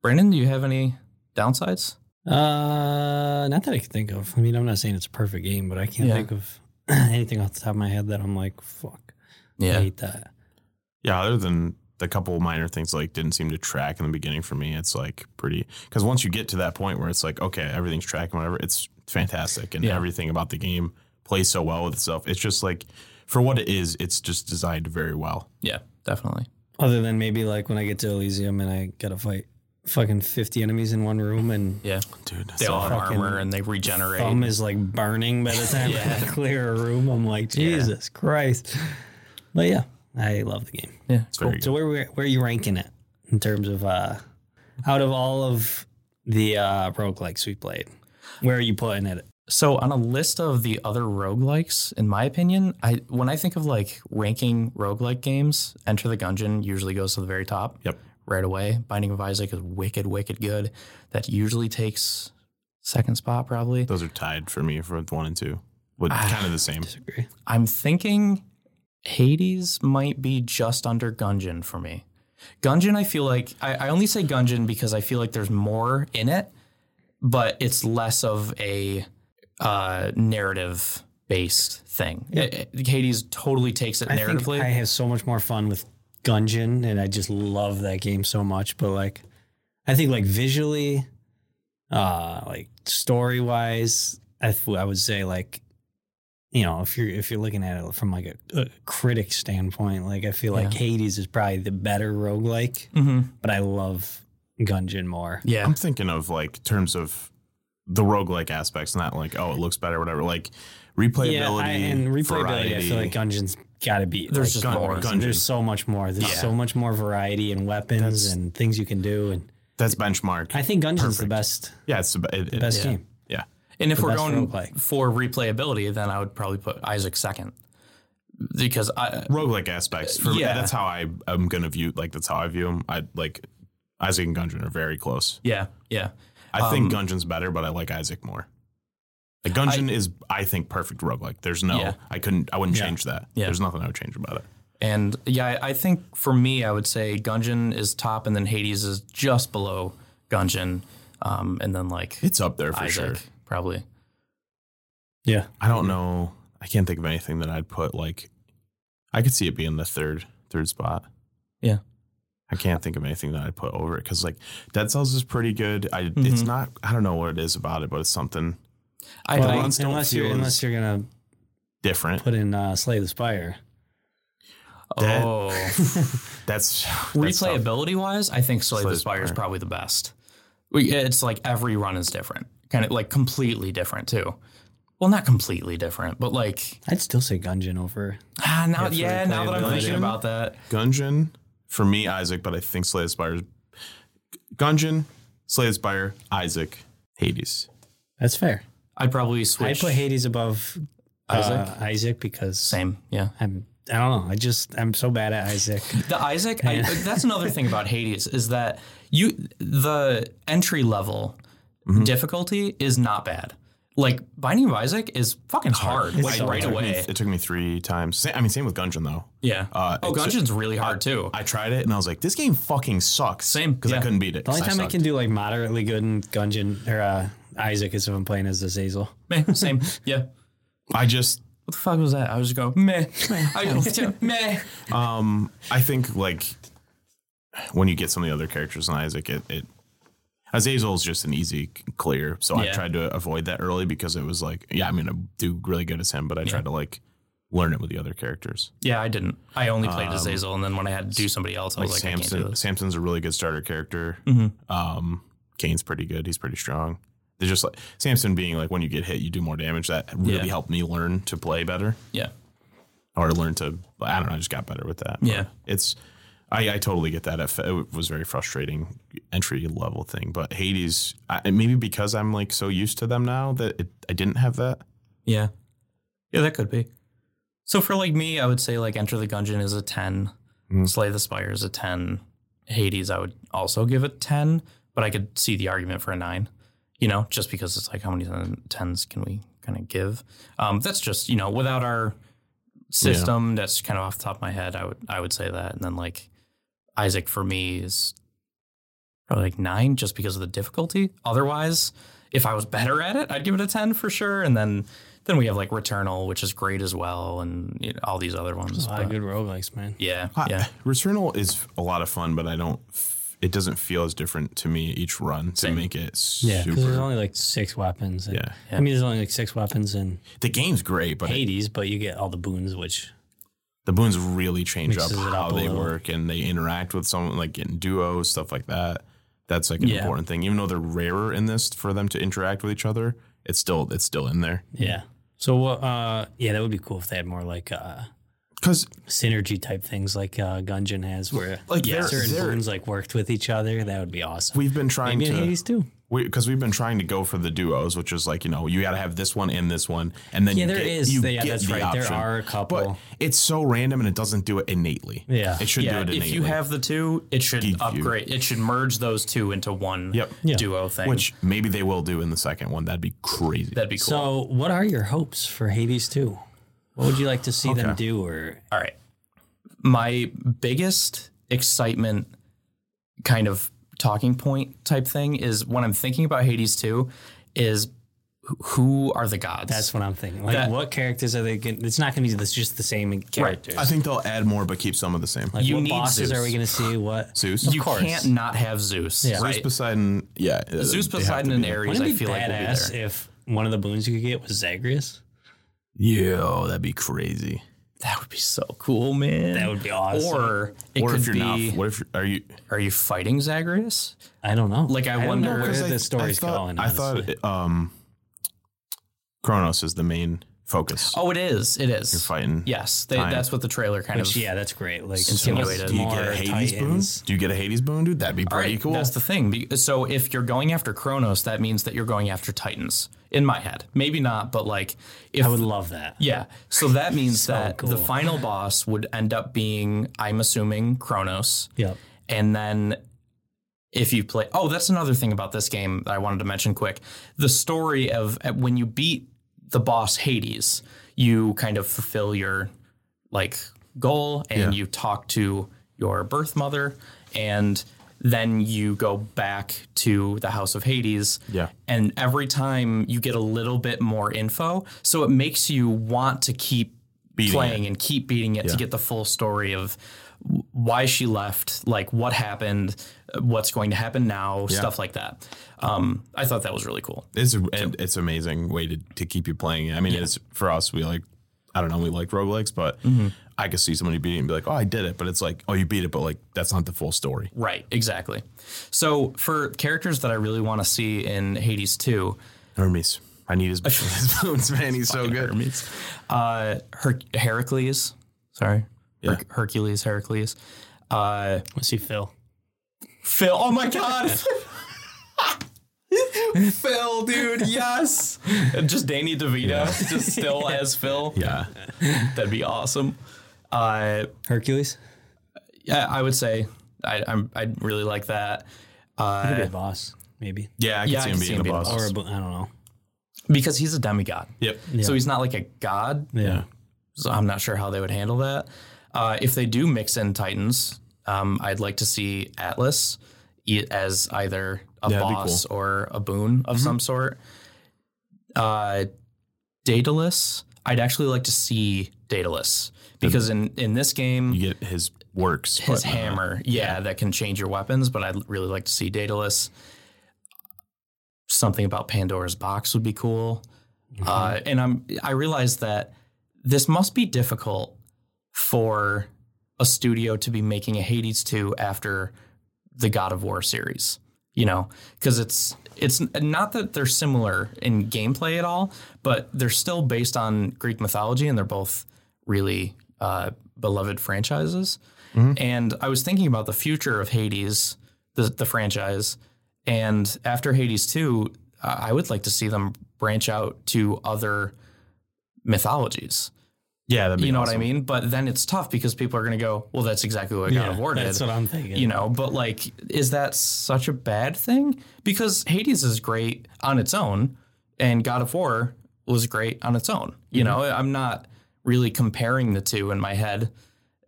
[SPEAKER 3] Brandon, do you have any downsides?
[SPEAKER 1] Uh, not that I can think of. I mean, I'm not saying it's a perfect game, but I can't
[SPEAKER 3] Yeah.
[SPEAKER 1] think of anything off the top of my head that I'm like, fuck, I hate that.
[SPEAKER 2] Yeah, other than the couple minor things that, like didn't seem to track in the beginning for me, it's like pretty because once you get to that point where it's like okay, everything's tracking, whatever, it's fantastic, and
[SPEAKER 3] Yeah.
[SPEAKER 2] everything about the game plays so well with itself. It's just like for what it is, it's just designed very well.
[SPEAKER 3] yeah, definitely.
[SPEAKER 1] Other than maybe like when I get to Elysium and I gotta fight fucking 50 enemies in one room and
[SPEAKER 3] Yeah,
[SPEAKER 2] Dude,
[SPEAKER 3] they all have
[SPEAKER 1] fucking
[SPEAKER 3] armor and they regenerate.
[SPEAKER 1] thumb is like burning by the time I clear a room. I'm like, Jesus Christ. But yeah, I love the game.
[SPEAKER 3] yeah,
[SPEAKER 2] it's very
[SPEAKER 1] So
[SPEAKER 2] good.
[SPEAKER 1] where where where are you ranking it in terms of uh, out of all of the uh, roguelikes we played? Where are you putting it?
[SPEAKER 3] So on a list of the other roguelikes, in my opinion, I when I think of like ranking roguelike games, Enter the Gungeon usually goes to the very top.
[SPEAKER 2] Yep.
[SPEAKER 3] Right away. Binding of Isaac is wicked, wicked good. That usually takes second spot probably.
[SPEAKER 2] Those are tied for me for one and two, but
[SPEAKER 1] Ah,
[SPEAKER 2] kind of the same.
[SPEAKER 1] Disagree.
[SPEAKER 3] I'm thinking Hades might be just under Gungeon for me. Gungeon, I feel like I, I only say Gungeon because I feel like there's more in it, but it's less of a uh, narrative based thing. It- it- Hades totally takes it
[SPEAKER 1] I think
[SPEAKER 3] narratively.
[SPEAKER 1] I have so much more fun with Gungeon, and I just love that game so much. But like, I think like visually, uh, like story wise, I, th- I would say like, you know, if you're if you're looking at it from like a, a critic standpoint, like I feel like
[SPEAKER 3] Yeah.
[SPEAKER 1] Hades is probably the better roguelike,
[SPEAKER 3] Mhm.
[SPEAKER 1] but I love Gungeon more.
[SPEAKER 3] Yeah.
[SPEAKER 2] I'm thinking of like terms of the roguelike aspects, not like oh it looks better, whatever. Like replayability
[SPEAKER 1] Yeah, I, and replayability, I
[SPEAKER 2] variety.
[SPEAKER 1] feel like Gungeon's got to be
[SPEAKER 3] There's
[SPEAKER 1] like,
[SPEAKER 3] just more.
[SPEAKER 1] Gun- There's so much more. There's
[SPEAKER 3] Yeah.
[SPEAKER 1] so much more variety and weapons
[SPEAKER 2] That's-
[SPEAKER 1] and things you can do. And
[SPEAKER 2] that's benchmark.
[SPEAKER 1] I think Gungeon's the best,
[SPEAKER 2] yeah, it's the be- it, it-
[SPEAKER 1] best
[SPEAKER 2] yeah.
[SPEAKER 1] game.
[SPEAKER 2] Yeah.
[SPEAKER 3] And if we're
[SPEAKER 1] best
[SPEAKER 3] going
[SPEAKER 1] roguelike.
[SPEAKER 3] for replayability, then I would probably put Isaac second because I,
[SPEAKER 2] roguelike aspects. For
[SPEAKER 3] Yeah.
[SPEAKER 2] me, that's how I am gonna view. Like that's how I view them. I like Isaac and Gungeon are very close.
[SPEAKER 3] yeah, yeah.
[SPEAKER 2] I think
[SPEAKER 1] Um,
[SPEAKER 2] Gungeon's better, but I like Isaac more. Like Gungeon is, I think, perfect roguelike. There's no,
[SPEAKER 3] Yeah.
[SPEAKER 2] I couldn't, I wouldn't change that.
[SPEAKER 3] Yeah.
[SPEAKER 2] There's nothing I would change about it.
[SPEAKER 3] And yeah, I- I think for me, I would say Gungeon is top, and then Hades is just below Gungeon, um, and then like
[SPEAKER 2] It's up there for
[SPEAKER 3] Isaac
[SPEAKER 2] sure.
[SPEAKER 3] probably.
[SPEAKER 1] Yeah.
[SPEAKER 2] I don't know. I can't think of anything that I'd put like. I could see it being the third third spot.
[SPEAKER 3] Yeah.
[SPEAKER 2] I can't think of anything that I'd put over it because like Dead Cells is pretty good. I
[SPEAKER 3] Mm-hmm.
[SPEAKER 2] it's not. I don't know what it is about it, but it's something
[SPEAKER 3] I
[SPEAKER 1] Well,
[SPEAKER 3] don't-
[SPEAKER 2] ones don't
[SPEAKER 1] unless you're
[SPEAKER 2] feel as-
[SPEAKER 1] unless you're gonna
[SPEAKER 2] different.
[SPEAKER 1] put in uh, Slay the Spire.
[SPEAKER 2] that-
[SPEAKER 3] oh,
[SPEAKER 2] That's, that's tough.
[SPEAKER 3] replayability wise, I think Slay the Spire is probably the best. We, it's like every run is different, kind of like completely different too. Well, not completely different, but like
[SPEAKER 1] I'd still say Gungeon over.
[SPEAKER 3] ah, now, yeah, now that I'm
[SPEAKER 1] replayability.
[SPEAKER 3] thinking about that,
[SPEAKER 2] Gungeon for me, Isaac, but I think Slay the Spire. is- Gungeon, Slay the Spire, Isaac, Hades.
[SPEAKER 1] That's fair.
[SPEAKER 3] I'd probably
[SPEAKER 1] I
[SPEAKER 3] switch.
[SPEAKER 1] put Hades above Isaac,
[SPEAKER 3] Isaac?
[SPEAKER 1] Isaac because
[SPEAKER 3] Same, yeah.
[SPEAKER 1] I'm I don't know. I just I'm so bad at Isaac.
[SPEAKER 3] The Isaac, I, that's another thing about Hades is that you the entry level difficulty is not bad. Like Binding of Isaac is fucking hard, like
[SPEAKER 1] so
[SPEAKER 3] right
[SPEAKER 2] It took me-
[SPEAKER 3] away.
[SPEAKER 2] It took me three times. Sa- I mean, same with Gungeon though.
[SPEAKER 3] Yeah.
[SPEAKER 2] Uh,
[SPEAKER 3] oh,
[SPEAKER 2] it's-
[SPEAKER 3] Gungeon's really hard too.
[SPEAKER 2] I tried it and I was like, this game fucking sucks.
[SPEAKER 3] Same,
[SPEAKER 2] because
[SPEAKER 3] yeah.
[SPEAKER 2] I couldn't beat it.
[SPEAKER 1] The only
[SPEAKER 2] 'cause
[SPEAKER 1] time I
[SPEAKER 2] sucked.
[SPEAKER 1] can do like moderately good in Gungeon or uh, Isaac is if I'm playing as Azazel.
[SPEAKER 3] meh, same. Yeah. What
[SPEAKER 2] I just
[SPEAKER 3] the fuck was that? I was just going meh. meh. I go, meh.
[SPEAKER 2] I think like when you get some of the other characters in Isaac, it, it Azazel is just an easy c- clear, so I
[SPEAKER 3] Yeah.
[SPEAKER 2] tried to avoid that early because it was like, yeah, I'm gonna do really good as him, but I tried to like learn it with the other characters.
[SPEAKER 3] Yeah, I didn't. I only played Azazel, and then when I had to do somebody else, I
[SPEAKER 2] Like,
[SPEAKER 3] was like, I can't do
[SPEAKER 2] Samson,
[SPEAKER 3] this. Mm-hmm.
[SPEAKER 2] Samson's a really good starter character. Um, Kane's pretty good. He's pretty strong. They're just like Samson being like when you get hit, you do more damage. That really
[SPEAKER 3] Yeah.
[SPEAKER 2] helped me learn to play better.
[SPEAKER 3] Yeah,
[SPEAKER 2] or learn to I don't know, I just got better with that. But
[SPEAKER 3] Yeah.
[SPEAKER 2] It's I, I totally get that. If- It was very frustrating entry level thing, but Hades I, and maybe because I'm like so used to them now that it, I didn't have that.
[SPEAKER 3] yeah, yeah. That could be. So for like me, I would say like Enter the Gungeon is a 10
[SPEAKER 2] Mhm.
[SPEAKER 3] Slay the Spire is a ten, Hades I would also give a ten, but I could see the argument for a nine. You know, just because it's like how many ten- tens can we kind of give? Um, that's just you know without our system. That's kind of off the top of my head. I would I would say that, and then like Isaac for me is probably like nine just because of the difficulty. Otherwise, if I was better at it, I'd give it a ten for sure. And then then we have like Returnal, which is great as well, and you know, all these other ones.
[SPEAKER 1] There's a lot of
[SPEAKER 3] but-
[SPEAKER 1] good roguelikes, man.
[SPEAKER 3] Yeah,
[SPEAKER 2] I-
[SPEAKER 3] yeah,
[SPEAKER 2] Returnal is a lot of fun, but I don't. f- It doesn't feel as different to me each run to
[SPEAKER 3] Same.
[SPEAKER 2] make it
[SPEAKER 1] Yeah, because there's
[SPEAKER 2] super.
[SPEAKER 1] only like six weapons. and-
[SPEAKER 2] Yeah.
[SPEAKER 1] I mean, there's only like six weapons in
[SPEAKER 2] The game's great, but it-
[SPEAKER 1] Hades, but you get all the boons, which
[SPEAKER 2] the boons really change up
[SPEAKER 1] Mixes it
[SPEAKER 2] how
[SPEAKER 1] up a
[SPEAKER 2] they
[SPEAKER 1] little.
[SPEAKER 2] work and they interact with someone like in duos stuff like that that's like an
[SPEAKER 3] Yeah.
[SPEAKER 2] important thing even though they're rarer in this for them to interact with each other it's still it's still in there
[SPEAKER 1] yeah. So what? Uh, yeah, that would be cool if they had more like uh,
[SPEAKER 2] because
[SPEAKER 1] synergy type things like uh, Gungeon has, where
[SPEAKER 2] like
[SPEAKER 3] Yeah.
[SPEAKER 2] they're,
[SPEAKER 1] certain
[SPEAKER 2] they're-
[SPEAKER 1] boons like worked with each other. That would be awesome.
[SPEAKER 2] we've been trying
[SPEAKER 1] Maybe in
[SPEAKER 2] to
[SPEAKER 1] Hades too.
[SPEAKER 2] because we, have been trying to go for the duos which is like you know you got to have this one and this one and then
[SPEAKER 1] Yeah,
[SPEAKER 2] you
[SPEAKER 1] there
[SPEAKER 2] get,
[SPEAKER 1] is.
[SPEAKER 2] you
[SPEAKER 1] Yeah,
[SPEAKER 2] get
[SPEAKER 1] that's
[SPEAKER 2] the
[SPEAKER 1] right.
[SPEAKER 2] option.
[SPEAKER 1] There are a couple.
[SPEAKER 2] but it's so random and it doesn't do it innately
[SPEAKER 1] Yeah.
[SPEAKER 2] it should
[SPEAKER 3] yeah.
[SPEAKER 2] do it innately
[SPEAKER 3] If you have the two, it should
[SPEAKER 2] Give you-
[SPEAKER 3] upgrade. It should merge those two into one
[SPEAKER 2] Yep.
[SPEAKER 1] Yeah.
[SPEAKER 3] duo thing.
[SPEAKER 2] which maybe they will do in the second one that'd be crazy
[SPEAKER 3] that'd be cool.
[SPEAKER 1] So, what are your hopes for Hades 2? What would you like to see them do? Or
[SPEAKER 3] All right. My biggest excitement kind of talking point type thing is when I'm thinking about Hades 2 is wh- who are the gods?
[SPEAKER 1] that's what I'm thinking. Like,
[SPEAKER 3] That-
[SPEAKER 1] what characters are they? Gonna, it's not going to be this, just the same characters.
[SPEAKER 2] i think they'll add more but keep some of the same
[SPEAKER 1] Like,
[SPEAKER 3] You
[SPEAKER 1] what
[SPEAKER 3] need
[SPEAKER 1] bosses
[SPEAKER 3] Zeus.
[SPEAKER 1] are we going to see? What?
[SPEAKER 2] zeus
[SPEAKER 3] you
[SPEAKER 1] course.
[SPEAKER 3] can't not have Zeus,
[SPEAKER 1] Yeah.
[SPEAKER 3] right?
[SPEAKER 2] Zeus Poseidon, yeah. uh,
[SPEAKER 3] Zeus,
[SPEAKER 2] they have to
[SPEAKER 3] Poseidon,
[SPEAKER 2] be
[SPEAKER 3] and
[SPEAKER 2] there.
[SPEAKER 3] Ares,
[SPEAKER 1] Wouldn't
[SPEAKER 3] I
[SPEAKER 1] it be
[SPEAKER 3] feel like will be
[SPEAKER 1] badass
[SPEAKER 3] there.
[SPEAKER 1] if one of the boons you could get was Zagreus?
[SPEAKER 2] Yo, that'd be crazy.
[SPEAKER 3] That would be so cool, man.
[SPEAKER 1] That would be awesome.
[SPEAKER 3] Or it
[SPEAKER 2] Or
[SPEAKER 3] could
[SPEAKER 2] if you're
[SPEAKER 3] be,
[SPEAKER 2] not, what if you're, are you?
[SPEAKER 3] are you fighting Zagreus?
[SPEAKER 1] I don't know.
[SPEAKER 3] Like, I
[SPEAKER 1] don't
[SPEAKER 3] wonder-
[SPEAKER 1] know where
[SPEAKER 3] 'Cause
[SPEAKER 1] the story's
[SPEAKER 2] I thought,
[SPEAKER 1] going.
[SPEAKER 2] I thought
[SPEAKER 1] honestly.
[SPEAKER 2] it- um, Kronos is the main focus.
[SPEAKER 3] Oh, it is. It is.
[SPEAKER 2] you're fighting.
[SPEAKER 3] Yes, they,
[SPEAKER 2] Time.
[SPEAKER 3] that's what the trailer kind
[SPEAKER 1] Which,
[SPEAKER 3] of.
[SPEAKER 1] yeah, that's great. Like,
[SPEAKER 3] Insinuated.
[SPEAKER 2] Do you get
[SPEAKER 1] more
[SPEAKER 2] a Hades boon?
[SPEAKER 1] Titans.
[SPEAKER 2] Do you get a Hades boon, dude? That'd be
[SPEAKER 3] All
[SPEAKER 2] pretty
[SPEAKER 3] right,
[SPEAKER 2] cool.
[SPEAKER 3] That's the thing. Be- So if you're going after Kronos, that means that you're going after Titans. In my head, maybe not, but like if
[SPEAKER 1] I would love that.
[SPEAKER 3] yeah. So that means
[SPEAKER 1] So
[SPEAKER 3] that the
[SPEAKER 1] cool.
[SPEAKER 3] final boss would end up being, I'm assuming, Kronos.
[SPEAKER 1] Yep.
[SPEAKER 3] And then if you play, oh, that's another thing about this game that I wanted to mention quick. The story of uh, when you beat the boss Hades, you kind of fulfill your like goal and you talk to your birth mother and then you go back to the house of Hades.
[SPEAKER 2] Yeah.
[SPEAKER 3] And every time you get a little bit more info, so it makes you want to keep
[SPEAKER 2] Beating
[SPEAKER 3] playing and keep beating it to get the full story of w- why she left, like what happened, what's going to happen now, stuff like that. Um, I thought that was really cool.
[SPEAKER 2] It's a, and it's amazing way to, to keep you playing. it. I mean, it's for us. We like, I don't know, we like roguelikes, but I could see somebody beat it and be like, "Oh, I did it," but it's like, "Oh, you beat it," but like that's not the full story.
[SPEAKER 3] Right, exactly. So for characters that I really want to see in Hades 2,
[SPEAKER 2] Hermes, I need his, his boons, man. He's so good. Hermes.
[SPEAKER 3] uh, Her- Heracles, sorry, Her- Hercules, Heracles, uh,
[SPEAKER 1] Let's see Phil.
[SPEAKER 3] Phil. Oh my god. Phil, dude, yes. And just Danny DeVito, just still as Phil.
[SPEAKER 2] Yeah.
[SPEAKER 3] That'd be awesome. Uh,
[SPEAKER 1] Hercules?
[SPEAKER 3] yeah, I would say I, I'm, I'd really like that
[SPEAKER 1] Could
[SPEAKER 3] Uh,
[SPEAKER 1] be a boss, maybe.
[SPEAKER 2] Yeah, I can
[SPEAKER 3] Yeah,
[SPEAKER 2] see
[SPEAKER 3] I
[SPEAKER 2] him
[SPEAKER 3] could
[SPEAKER 2] being the boss.
[SPEAKER 1] Or a bo- I don't know.
[SPEAKER 3] because he's a demigod.
[SPEAKER 2] Yep.
[SPEAKER 3] So he's not like a god.
[SPEAKER 1] Yeah.
[SPEAKER 3] So I'm not sure how they would handle that. Uh, if they do mix in Titans, um, I'd like to see Atlas e- as either a
[SPEAKER 2] Yeah, that'd be Mm-hmm.
[SPEAKER 3] boss or a boon of some sort. Uh, Daedalus, I'd actually like to see Daedalus because in, in this game,
[SPEAKER 2] You get his works.
[SPEAKER 3] his
[SPEAKER 2] but not-
[SPEAKER 3] hammer, yeah, that can change your weapons, but I'd really like to see Daedalus. something about Pandora's box would be cool. Uh, and I'm I realized that this must be difficult for a studio to be making a Hades 2 after the God of War series. You know, because it's it's not that they're similar in gameplay at all, but they're still based on Greek mythology, and they're both really uh, beloved franchises.
[SPEAKER 2] Mm-hmm.
[SPEAKER 3] And I was thinking about the future of Hades, the the franchise, and after Hades 2, I I would like to see them branch out to other mythologies.
[SPEAKER 2] Yeah, that'd be
[SPEAKER 3] You know
[SPEAKER 2] awesome.
[SPEAKER 3] what I mean? But then it's tough because people are going to go, well, that's exactly what God of War did.
[SPEAKER 1] That's what I'm thinking.
[SPEAKER 3] you know, but like, is that such a bad thing? Because Hades is great on its own, and God of War was great on its own. You
[SPEAKER 1] Mm-hmm.
[SPEAKER 3] know, I'm not really comparing the two in my head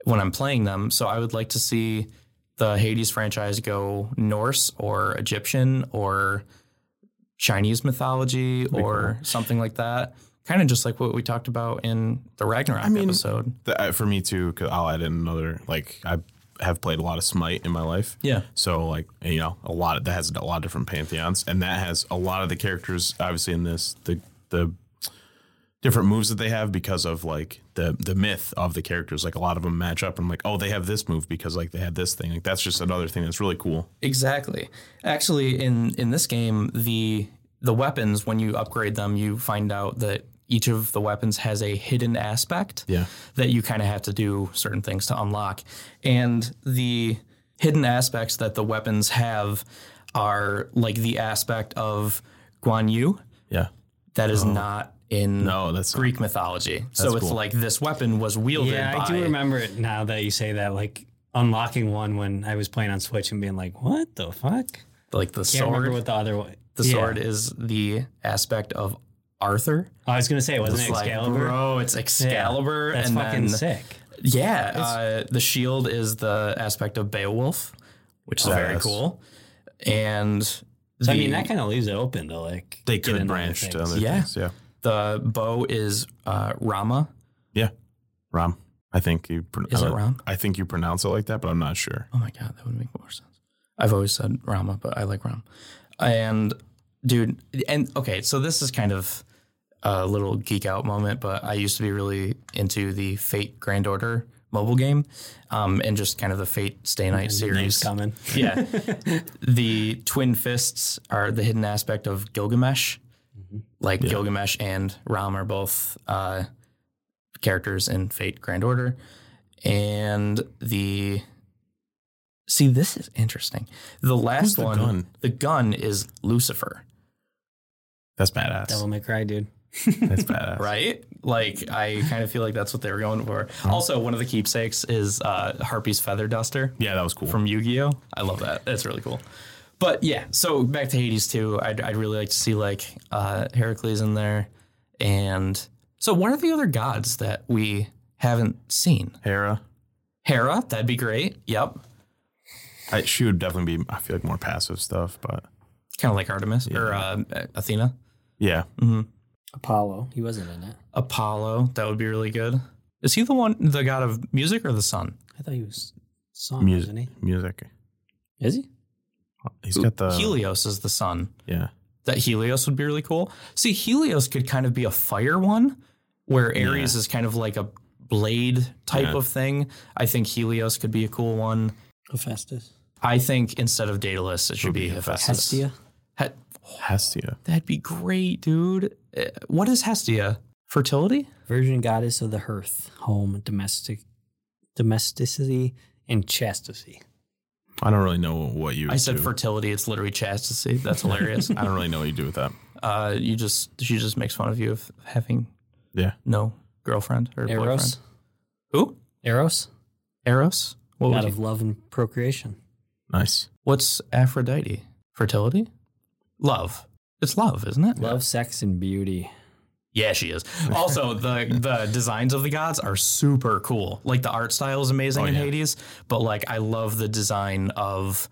[SPEAKER 3] when I'm playing them. So I would like to see the Hades franchise go Norse or Egyptian or Chinese mythology or something like that. Kind of just like what we talked about in the Ragnarok episode.
[SPEAKER 2] Th- uh, for me too, because I'll add in another. Like I have played a lot of Smite in my life.
[SPEAKER 3] Yeah.
[SPEAKER 2] So like you know a lot of, that has a lot of different pantheons, and that has a lot of the characters obviously in this the the different moves that they have because of like the the myth of the characters. Like a lot of them match up, and I'm like oh they have this move because like they had this thing. Like that's just another thing that's really cool.
[SPEAKER 3] Exactly. Actually, in in this game, the the weapons when you upgrade them, you find out that each of the weapons has a hidden aspect
[SPEAKER 2] Yeah.
[SPEAKER 3] that you kind of have to do certain things to unlock. And the hidden aspects that the weapons have are like the aspect of Guan Yu
[SPEAKER 2] Yeah.
[SPEAKER 3] that is not in
[SPEAKER 2] Oh. No, that's
[SPEAKER 3] Greek mythology. So it's
[SPEAKER 2] cool.
[SPEAKER 3] like this weapon was wielded
[SPEAKER 1] yeah,
[SPEAKER 3] by
[SPEAKER 1] I do remember it now that you say that. Like unlocking one when I was playing on Switch and being like, "What the fuck?"
[SPEAKER 3] like the
[SPEAKER 1] Can't remember
[SPEAKER 3] sword.
[SPEAKER 1] what the other one.
[SPEAKER 3] the
[SPEAKER 1] Yeah.
[SPEAKER 3] sword is the aspect of Arthur.
[SPEAKER 1] I was gonna say, wasn't
[SPEAKER 3] It's
[SPEAKER 1] it
[SPEAKER 3] like,
[SPEAKER 1] Excalibur?
[SPEAKER 3] bro, it's Excalibur,
[SPEAKER 1] That's
[SPEAKER 3] and
[SPEAKER 1] fucking
[SPEAKER 3] then
[SPEAKER 1] sick.
[SPEAKER 3] yeah, uh, the shield is the aspect of Beowulf, which is very
[SPEAKER 2] Yes.
[SPEAKER 3] cool, and
[SPEAKER 1] Oh, So
[SPEAKER 3] the,
[SPEAKER 1] I mean, that kind of leaves it open to like
[SPEAKER 2] They
[SPEAKER 1] get
[SPEAKER 2] could
[SPEAKER 1] into other
[SPEAKER 2] branch to
[SPEAKER 1] things.
[SPEAKER 2] other
[SPEAKER 3] Yeah.
[SPEAKER 2] things. Yeah.
[SPEAKER 3] the bow is uh, Rama.
[SPEAKER 2] Yeah. Ram. I think you. Pro-
[SPEAKER 3] Is
[SPEAKER 2] I
[SPEAKER 3] it
[SPEAKER 2] don't-
[SPEAKER 3] Ram?
[SPEAKER 2] I think you pronounce it like that, but I'm not sure.
[SPEAKER 3] Oh my god, that would make more sense. I've always said Rama, but I like Ram. And dude, and okay, so this is kind of a little geek out moment, but I used to be really into the Fate Grand Order mobile game, um, and just kind of the Fate Stay Night
[SPEAKER 1] Name's
[SPEAKER 3] series.
[SPEAKER 1] coming.
[SPEAKER 3] yeah. the twin fists are the hidden aspect of Gilgamesh.
[SPEAKER 2] Mm-hmm.
[SPEAKER 3] Like Gilgamesh and Ram are both uh, characters in Fate Grand Order. And the. See, this is interesting. The last
[SPEAKER 2] the
[SPEAKER 3] one,
[SPEAKER 2] gun?
[SPEAKER 3] the gun is Lucifer,
[SPEAKER 2] That's badass.
[SPEAKER 1] Devil May Cry, dude.
[SPEAKER 2] That's badass.
[SPEAKER 3] right? Like, I kind of feel like that's what they were going for. Also, one of the keepsakes is uh, Harpy's Feather Duster.
[SPEAKER 2] Yeah, that was cool.
[SPEAKER 3] from Yu-Gi-Oh. I love that. That's really cool. But yeah, so back to Hades too. I'd, I'd really like to see like uh, Heracles in there, and so what are the other gods that we haven't seen?
[SPEAKER 2] Hera.
[SPEAKER 3] Hera, that'd be great. Yep,
[SPEAKER 2] I, she would definitely be. I feel like more passive stuff, but
[SPEAKER 3] kind of like Artemis or uh, Athena. Mm-hmm.
[SPEAKER 2] yeah,
[SPEAKER 1] Apollo. He wasn't in it.
[SPEAKER 3] Apollo, that would be really good. Is he the one, the god of music or the sun?
[SPEAKER 1] I thought he was song,
[SPEAKER 2] music.
[SPEAKER 1] wasn't Oh, he?
[SPEAKER 2] Music.
[SPEAKER 1] Is he?
[SPEAKER 2] He's got the
[SPEAKER 3] Helios is the sun.
[SPEAKER 2] yeah.
[SPEAKER 3] that Helios would be really cool. See, Helios could kind of be a fire one, where Ares is kind of like a blade type
[SPEAKER 2] Yeah.
[SPEAKER 3] of thing. I think Helios could be a cool one.
[SPEAKER 1] Hephaestus.
[SPEAKER 3] I think instead of Daedalus, it should be Hephaestus.
[SPEAKER 1] Hestia.
[SPEAKER 3] He-
[SPEAKER 2] Hestia.
[SPEAKER 3] that'd be great, dude. Eh, What is Hestia? Fertility?
[SPEAKER 1] Virgin goddess of the hearth, home, domestic, domesticity, and chastity.
[SPEAKER 2] I don't really know what you.
[SPEAKER 3] I said
[SPEAKER 2] do.
[SPEAKER 3] fertility. It's literally chastity. That's hilarious.
[SPEAKER 2] I don't really know what you do with that.
[SPEAKER 3] uh, you just she just makes fun of you of having
[SPEAKER 2] Yeah.
[SPEAKER 3] no girlfriend or boyfriend.
[SPEAKER 1] Eros.
[SPEAKER 3] Who?
[SPEAKER 1] Eros.
[SPEAKER 3] Eros? What would
[SPEAKER 1] God
[SPEAKER 3] you-
[SPEAKER 1] of love and procreation.
[SPEAKER 2] Nice.
[SPEAKER 3] What's Aphrodite? Fertility? Love. It's love, isn't it?
[SPEAKER 1] Love, sex, and beauty.
[SPEAKER 3] Yeah, she is. Also, the the designs of the gods are super cool. Like the art style is amazing in
[SPEAKER 2] Oh, yeah.
[SPEAKER 3] Hades, but like I love the design of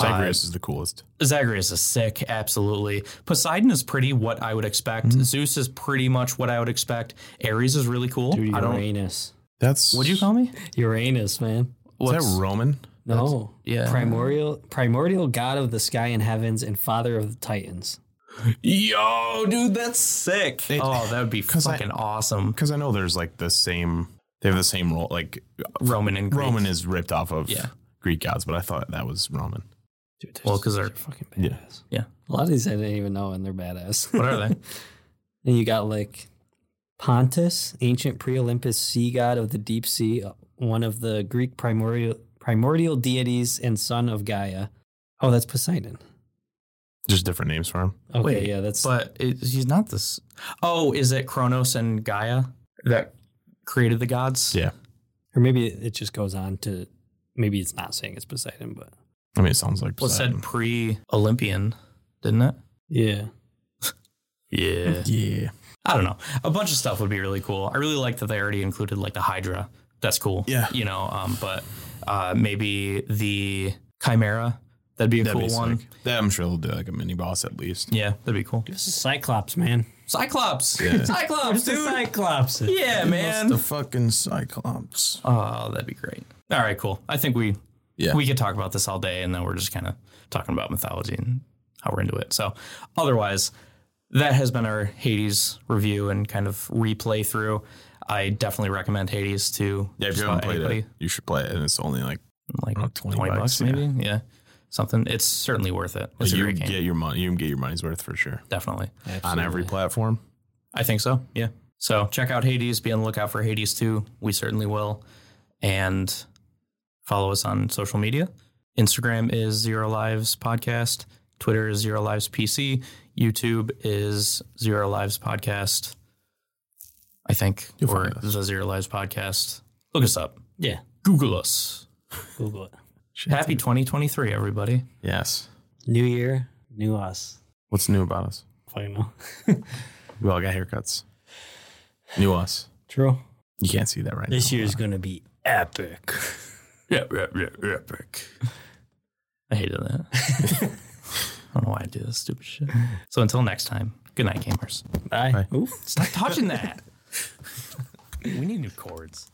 [SPEAKER 2] Zagreus is the coolest.
[SPEAKER 3] Zagreus is sick, absolutely. Poseidon is pretty what I would expect.
[SPEAKER 2] Hmm.
[SPEAKER 3] Zeus is pretty much what I would expect. Ares is really cool.
[SPEAKER 1] Dude,
[SPEAKER 3] I don't.
[SPEAKER 1] Uranus.
[SPEAKER 2] That's
[SPEAKER 3] Would you call me?
[SPEAKER 1] Uranus, man.
[SPEAKER 2] is that
[SPEAKER 3] What's-
[SPEAKER 2] Roman?
[SPEAKER 1] No.
[SPEAKER 3] yeah.
[SPEAKER 1] Primordial primordial god of the sky and heavens and father of the titans.
[SPEAKER 3] Yo, dude, that's sick. oh, that would be fucking awesome.
[SPEAKER 2] Because I know there's like the same. They have the same role. Like
[SPEAKER 3] Roman and Greek.
[SPEAKER 2] Roman is ripped off of
[SPEAKER 3] Yeah.
[SPEAKER 2] Greek gods, but I thought that was Roman.
[SPEAKER 1] Dude,
[SPEAKER 3] Well, 'cause they're-
[SPEAKER 1] such a fucking
[SPEAKER 2] Yeah.
[SPEAKER 1] badass.
[SPEAKER 3] Yeah.
[SPEAKER 1] A lot of these I didn't even know, and they're badass.
[SPEAKER 3] What are they?
[SPEAKER 1] And you got like Pontus, ancient pre-Olympus sea god of the deep sea, one of the Greek primordial primordial deities and son of Gaia. Oh, that's Poseidon.
[SPEAKER 2] Just different names for him.
[SPEAKER 1] Okay,
[SPEAKER 3] Wait,
[SPEAKER 1] yeah, that's
[SPEAKER 3] But it, he's not this. Oh, is it Kronos and Gaia that created the gods?
[SPEAKER 2] Yeah.
[SPEAKER 1] or maybe it just goes on to maybe it's not saying it's Poseidon, but
[SPEAKER 2] I mean, it sounds like
[SPEAKER 3] Well, it
[SPEAKER 2] Poseidon.
[SPEAKER 3] said pre Olympian, didn't it?
[SPEAKER 1] yeah.
[SPEAKER 3] Yeah.
[SPEAKER 2] yeah.
[SPEAKER 3] I don't know. A bunch of stuff would be really cool. I really like that they already included like the Hydra. That's cool.
[SPEAKER 2] Yeah.
[SPEAKER 3] You know, um, but uh, maybe the Chimera. That'd be a
[SPEAKER 2] That'd
[SPEAKER 3] cool
[SPEAKER 2] be
[SPEAKER 3] one.
[SPEAKER 2] sick. That I'm sure they'll do like a mini boss at least.
[SPEAKER 3] Yeah, that'd be cool.
[SPEAKER 1] This is Cyclops, man.
[SPEAKER 3] Cyclops.
[SPEAKER 2] Yeah.
[SPEAKER 3] Cyclops,
[SPEAKER 1] It's the
[SPEAKER 3] dude.
[SPEAKER 1] Cyclops.
[SPEAKER 3] yeah, man.
[SPEAKER 2] The fucking Cyclops.
[SPEAKER 3] Oh, that'd be great. All right, cool. I think we
[SPEAKER 2] Yeah.
[SPEAKER 3] we could talk about this all day, and then we're just kind of talking about mythology and how we're into it. So, otherwise, that has been our Hades review and kind of replay through. I definitely recommend Hades to
[SPEAKER 2] Yeah, if
[SPEAKER 3] just
[SPEAKER 2] you haven't
[SPEAKER 3] about
[SPEAKER 2] played
[SPEAKER 3] anybody.
[SPEAKER 2] it, you should play it. And it's only like
[SPEAKER 3] like
[SPEAKER 2] Around
[SPEAKER 3] 20,
[SPEAKER 2] 20
[SPEAKER 3] bucks,
[SPEAKER 2] bucks,
[SPEAKER 3] maybe. Yeah. something. It's certainly worth it. It's a
[SPEAKER 2] you
[SPEAKER 3] great game,
[SPEAKER 2] get your money. You can get your money's worth for sure
[SPEAKER 3] definitely.
[SPEAKER 2] on every
[SPEAKER 1] Absolutely.
[SPEAKER 2] platform.
[SPEAKER 3] I think so. Yeah. So check out Hades. Be on the lookout for Hades 2. We certainly will. And follow us on social media. Instagram is Zero Lives Podcast. Twitter is Zero Lives PC. YouTube is Zero Lives Podcast. I think.
[SPEAKER 2] You'll
[SPEAKER 3] or
[SPEAKER 2] find us.
[SPEAKER 3] the Zero Lives Podcast. Look us up.
[SPEAKER 1] Yeah.
[SPEAKER 3] Google us.
[SPEAKER 1] Google it.
[SPEAKER 3] Happy 2023, everybody.
[SPEAKER 2] Yes.
[SPEAKER 1] New year, new us.
[SPEAKER 2] What's new about us?
[SPEAKER 1] Fucking know.
[SPEAKER 2] We all got haircuts. New us.
[SPEAKER 1] True.
[SPEAKER 2] You can't see that right
[SPEAKER 1] This
[SPEAKER 2] now.
[SPEAKER 1] year's gonna be epic.
[SPEAKER 3] Yeah, yeah, yeah, epic. I hated that. I don't know why I do this stupid shit. So until next time, good night, gamers.
[SPEAKER 1] Bye.
[SPEAKER 2] Bye.
[SPEAKER 1] Ooh.
[SPEAKER 3] Stop touching that. we need new chords.